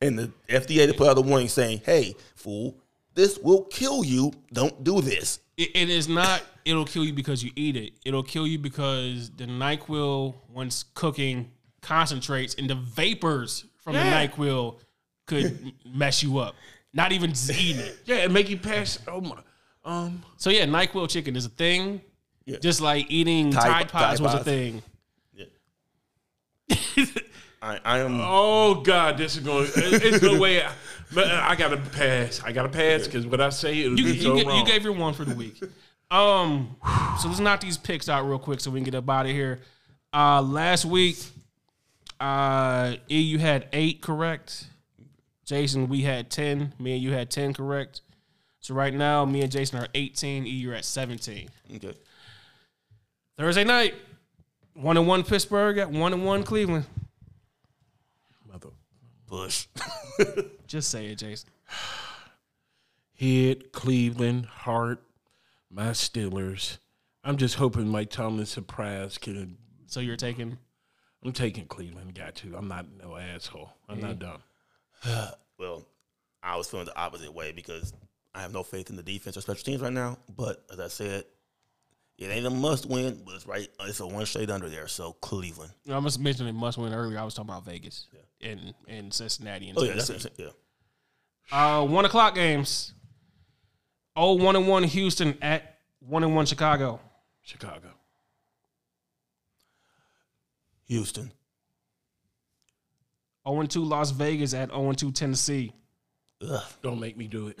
And the FDA they put out a warning saying, "Hey, fool, This will kill you. Don't do this.
It, it is not. It'll kill you because you eat it. It'll kill you because the Nyquil, once cooking, concentrates, and the vapors from
Yeah.
the Nyquil could (laughs) mess you up. Not even z- eating it.
Yeah, and make you pass. Oh my. Um,
So yeah, Nyquil chicken is a thing.
Yeah.
Just like eating Tide,
Tide-
Pods
Tide
was a
Pods.
thing.
I, I am.
oh God, this is going. It's no
(laughs)
way. I, but uh, I gotta pass. I gotta pass because what I say is
You, you,
it's so
ga- you
wrong.
gave your one for the week. Um, so let's knock these picks out real quick so we can get up out of here. Uh, last week, uh, E, you had eight correct. Jason, we had ten. Me and you had ten correct. So right now, me and Jason are eighteen. E, you're at seventeen.
okay.
Thursday night, one and one Pittsburgh at one and one Cleveland.
Mother.
(laughs) Push.
Just say it, Jason.
Head, Cleveland, Hart, my Steelers. I'm just hoping Mike Tomlin's surprise can.
So you're taking
I'm taking Cleveland. Got to. I'm not no asshole. I'm not
Mm-hmm.
dumb.
well, I was feeling the opposite way because I have no faith in the defense or special teams right now. But as I said, it ain't a must win, but it's right. It's a one straight under there. So Cleveland.
I must mention it must win earlier. I was talking about Vegas and and Cincinnati and
Oh yeah, that's
Tennessee.
it. Yeah.
Uh, one o'clock games. Oh, one and one Houston at one and one Chicago.
Chicago.
Houston.
Oh and two Las Vegas at oh and two Tennessee.
Ugh.
Don't make me (laughs) do it.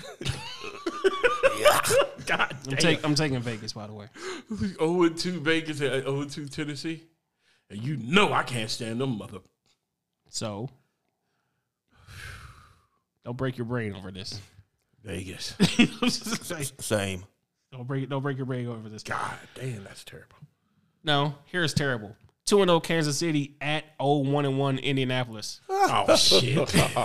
God
I'm, take, I'm taking Vegas, by the way.
0 2 Vegas Oh, uh, and 0 2 Tennessee. And you know I can't stand them mother.
So don't break your brain over this.
Vegas.
don't
Same.
break don't break your brain over this.
(laughs) God damn, that's terrible.
No, here's terrible. Two and zero Kansas City at oh one and one Indianapolis.
Oh shit. (laughs)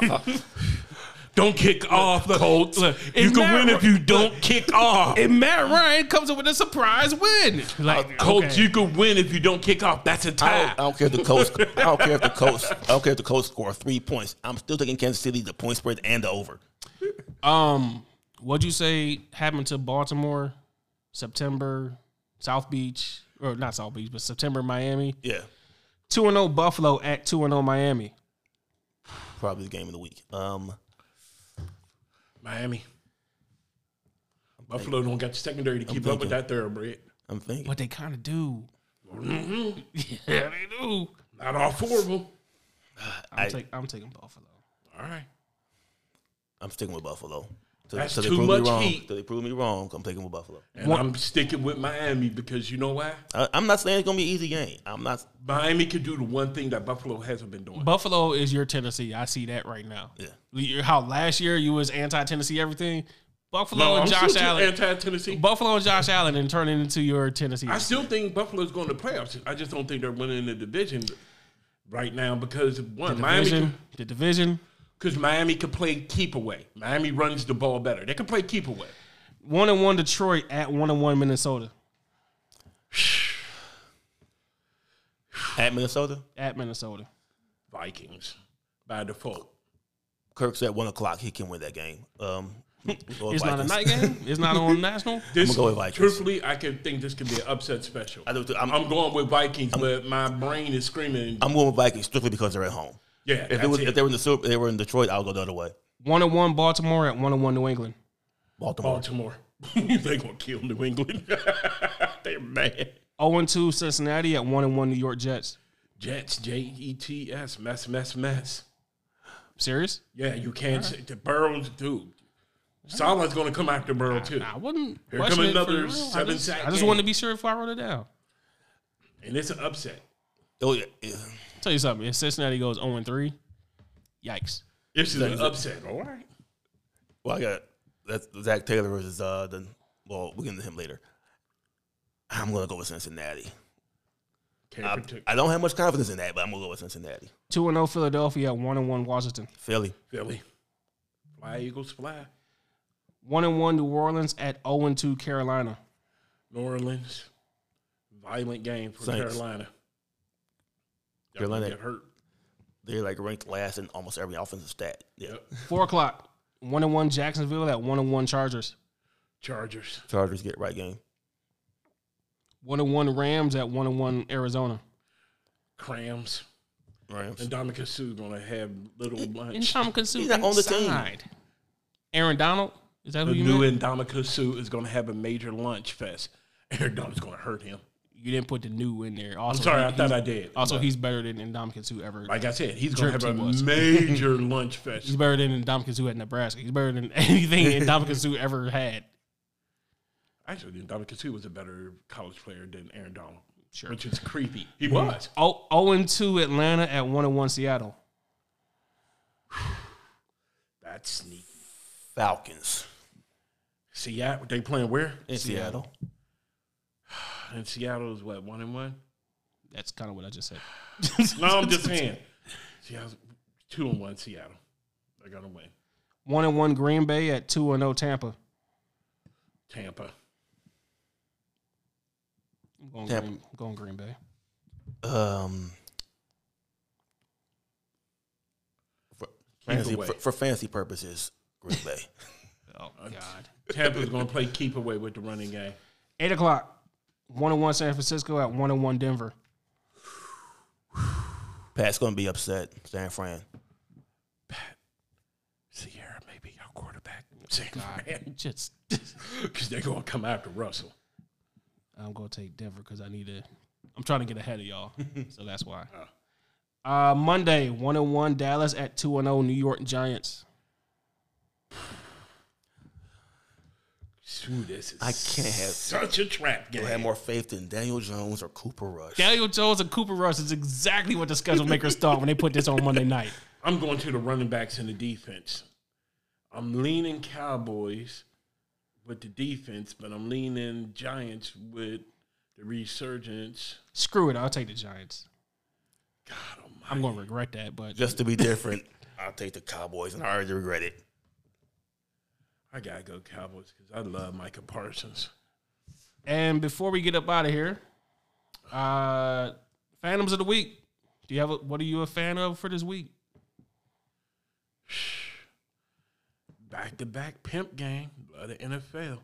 don't kick off the Colts. you
it's
can
not-
win if you don't kick off.
And Matt Ryan comes up with a surprise win. Like
Colts,
okay.
you can win if you don't kick off. That's a
I don't,
tie.
I don't care if the Colts. I don't care if the Colts. I don't care if the Colts score three points. I'm still taking Kansas City the point spread and the over.
Um, what'd you say happened to Baltimore? September, South Beach, or not South Beach, but September, Miami.
Yeah,
Two and zero Buffalo at two and zero Miami.
probably the game of the week. Um,
Miami. Buffalo don't got the secondary to keep up
thinking.
with that thoroughbred. Mm-hmm.
I'm thinking.
What they kind of
(laughs)
do? yeah, they do.
Not all four of them.
I'm,
I-
take, I'm taking Buffalo.
All right.
I'm sticking with Buffalo. Till-
That's
till they
too
prove me
much
wrong.
heat.
Till they prove me wrong, I'm taking with Buffalo.
And I'm sticking with Miami because you know why?
I, I'm not saying it's gonna be an easy game. I'm not.
Miami could do the one thing that Buffalo hasn't been doing.
Buffalo is your Tennessee. I see that right now.
Yeah.
You- How last year you was anti Tennessee everything. Buffalo
No, I'm
and Josh
still
Allen.
anti Tennessee.
Buffalo and Josh Allen and turning into your Tennessee.
I still think Buffalo's going to playoffs. I just don't think they're winning the division right now because one
the
Miami
division. The division.
because Miami can play keep away. Miami runs the ball better. They can play keep away.
One and one Detroit at one and one Minnesota.
At Minnesota,
at Minnesota.
Vikings by default.
Kirk's at one o'clock. He can win that game. Um, we'll go with
It's not a night
Vikings.
game. (laughs) It's not on national.
This,
go with Vikings.
Truthfully, I could think this could be an upset special.
I do too. I'm,
I'm going with Vikings, but my brain is screaming.
I'm going with Vikings strictly because they're at home.
yeah,
If
that's
it was,
it.
if they were in the Super- they were in Detroit, I would go the other way.
One and one Baltimore at one and one New England.
Baltimore.
Baltimore, (laughs) they gonna kill New England. (laughs) They're mad.
Zero Oh and two Cincinnati at one and one New York Jets.
Jets, J E T S, mess, mess, mess.
Serious?
Yeah, you can't say the Burrow's dude. Salah's going to come after Burrow too,
I wouldn't.
Here
question
come
it
another
for real. I
seven
just,
sack
I just
game.
wanted to be sure before I wrote it down.
and it's an upset.
Oh yeah, yeah.
tell you something. If Cincinnati goes zero and three, yikes.
This is an upset. All right,
Well, I got that's Zach Taylor versus uh the well we'll get into him later. I'm gonna go with Cincinnati.
can't
I,
protect
I don't have much confidence in that, but I'm gonna go with Cincinnati.
Two and zero Philadelphia at one and one Washington.
Philly.
Philly. Fly Eagles, fly.
One and one New Orleans at zero and two Carolina.
New Orleans, violent game for
Saints.
Carolina. Y'all
Carolina.
gonna get hurt.
They're like ranked last in almost every offensive stat. Yeah.
Yep.
Four o'clock. one and one Jacksonville at one and one Chargers.
Chargers.
Chargers get right game.
One and one Rams at one and one Arizona.
Crams.
Rams.
And Dominican Sue gonna have little
And
lunch.
Tom Kinsu
He's not on the team.
inside. Aaron Donald. Is that who
The
you
new
meant?
Indominica Sue is gonna have a major lunch fest. (laughs) Aaron Donald's gonna hurt him.
You didn't put the new in there. Also,
I'm sorry,
he-
I thought
he's-
I did.
Also, he's better than Ndamukong Suh ever.
like I said, he's gonna
Jerks
have a
he was.
major lunch fest.
he's better than Ndamukong Suh at Nebraska. He's better than (laughs)
(laughs)
anything Ndamukong Suh ever had.
Actually, Dominican Sue was a better college player than Aaron Donald,
Sure.
which is creepy. He was.
Oh, oh and two Atlanta at one and one Seattle.
That's sneaky.
Falcons
Seattle. They playing where?
in Seattle.
And Seattle is what one and one.
That's kind of what I just said. (laughs)
(laughs) No, I'm just saying. Seattle's two and one. Seattle. They're gonna win.
One and one Green Bay at two and oh Tampa.
Tampa.
I'm going,
Tampa.
Green, I'm going Green Bay.
Um, for, fantasy,
away.
for, for fantasy purposes, Green Bay. (laughs)
Oh God.
Tampa's gonna play keep away with the running game.
Eight o'clock. One and one San Francisco at one and one Denver.
Pat's gonna be upset. San Fran.
Sierra may be our quarterback. Because
Just
they're gonna come after Russell.
I'm gonna take Denver because I need to. I'm trying to get ahead of
(laughs)
y'all, so that's why.
Oh.
Uh, Monday, one and one Dallas at two and zero New York Giants.
Shoot, this is
I can't have-
such a trap
I have
game.
more faith in Daniel Jones or Cooper Rush.
Daniel Jones and Cooper Rush is exactly what the schedule makers thought when they put this on Monday night.
I'm going to the running backs and the defense. I'm leaning Cowboys with the defense, but I'm leaning Giants with the resurgence.
Screw it, I'll take the Giants.
God almighty.
I'm gonna regret that, but
Just to be different, I'll take the Cowboys, and I already regret it.
I gotta go Cowboys because I love Micah Parsons.
and before we get up out of here, uh, Phantoms of the week. Do you have a, what are you a fan of for this week?
Back to back pimp game of the NFL.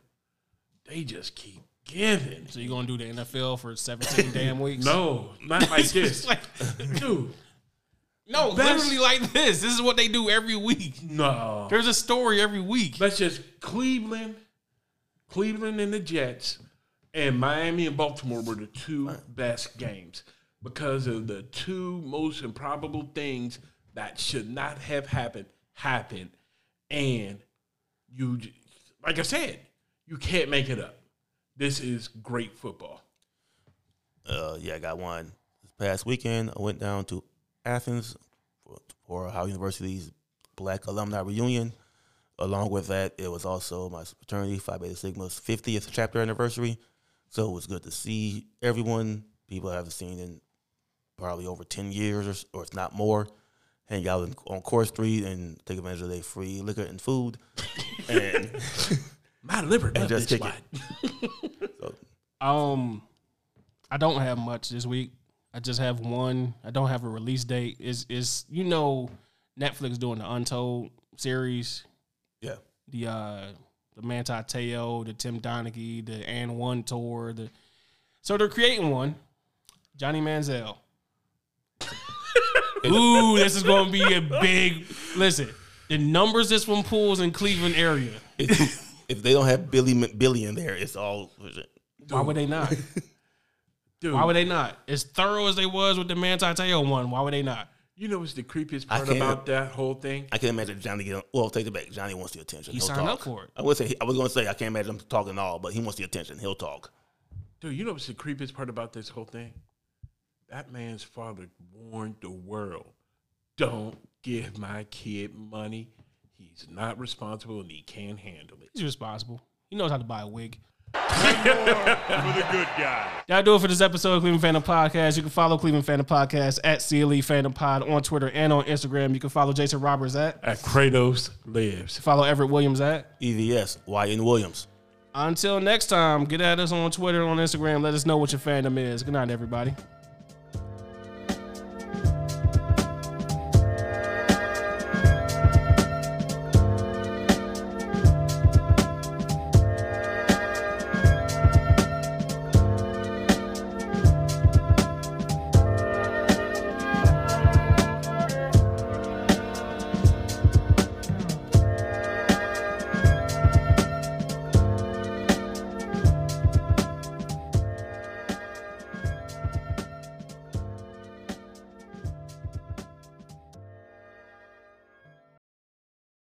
They just keep giving.
So you gonna do the NFL for 17
(laughs)
damn weeks?
No, not like this.
Like,
Dude,
no,
Best-
literally like this. This is what they do every week.
no.
There's a story every week.
Let's just Cleveland, Cleveland and the Jets, and Miami and Baltimore were the two best games because of the two most improbable things that should not have happened happened, and you, j- like I said, you can't make it up. This is great football.
Uh, yeah, I got one. This past weekend, I went down to Athens for, for Howard University's Black Alumni Reunion. Along with that, it was also my fraternity, Phi Beta Sigma's 50th chapter anniversary. So it was good to see everyone, people I haven't seen in probably over 10 years or, s- or if not more, hang out in, on Court Street and take advantage of their free liquor and food. and (laughs)
My liver does
just
this
kick
spot.
Um, I don't have much this week. I just have one. I don't have a release date. Is is you know Netflix doing the Untold series,
yeah,
the uh the Manti Te'o, the Tim Donaghy, the And One tour. The so they're creating one. Johnny Manziel. Ooh, this is going to be a big listen. The numbers this one pulls in Cleveland area.
It's- if they don't have Billy Billy in there, it's all
Why would they not?
Dude,
Why would they not? As thorough as they was with the Manti Te'o one, why would they not?
you know what's the creepiest
I
part
can't-
about that whole thing?
I can imagine Johnny getting. Well, take it back. Johnny wants the attention.
He
He'll
signed
talk.
up for it.
I would say I was going to say I can't imagine him talking all, but he wants the attention. He'll talk.
Dude, you know what's the creepiest part about this whole thing? That man's father warned the world don't give my kid money. He's not responsible and he can't handle it.
He's responsible. He knows how to buy a wig.
for the good guy.
That'll do it for this episode of Cleveland Phantom Podcast. You can follow Cleveland Phantom Podcast at CLE Phantom Pod on Twitter and on Instagram. You can follow Jason Roberts at.
At Kratos lives.
Follow Everett Williams at.
E EVS YN Williams.
Until next time, get at us on Twitter and on Instagram. Let us know what your fandom is. Good night, everybody.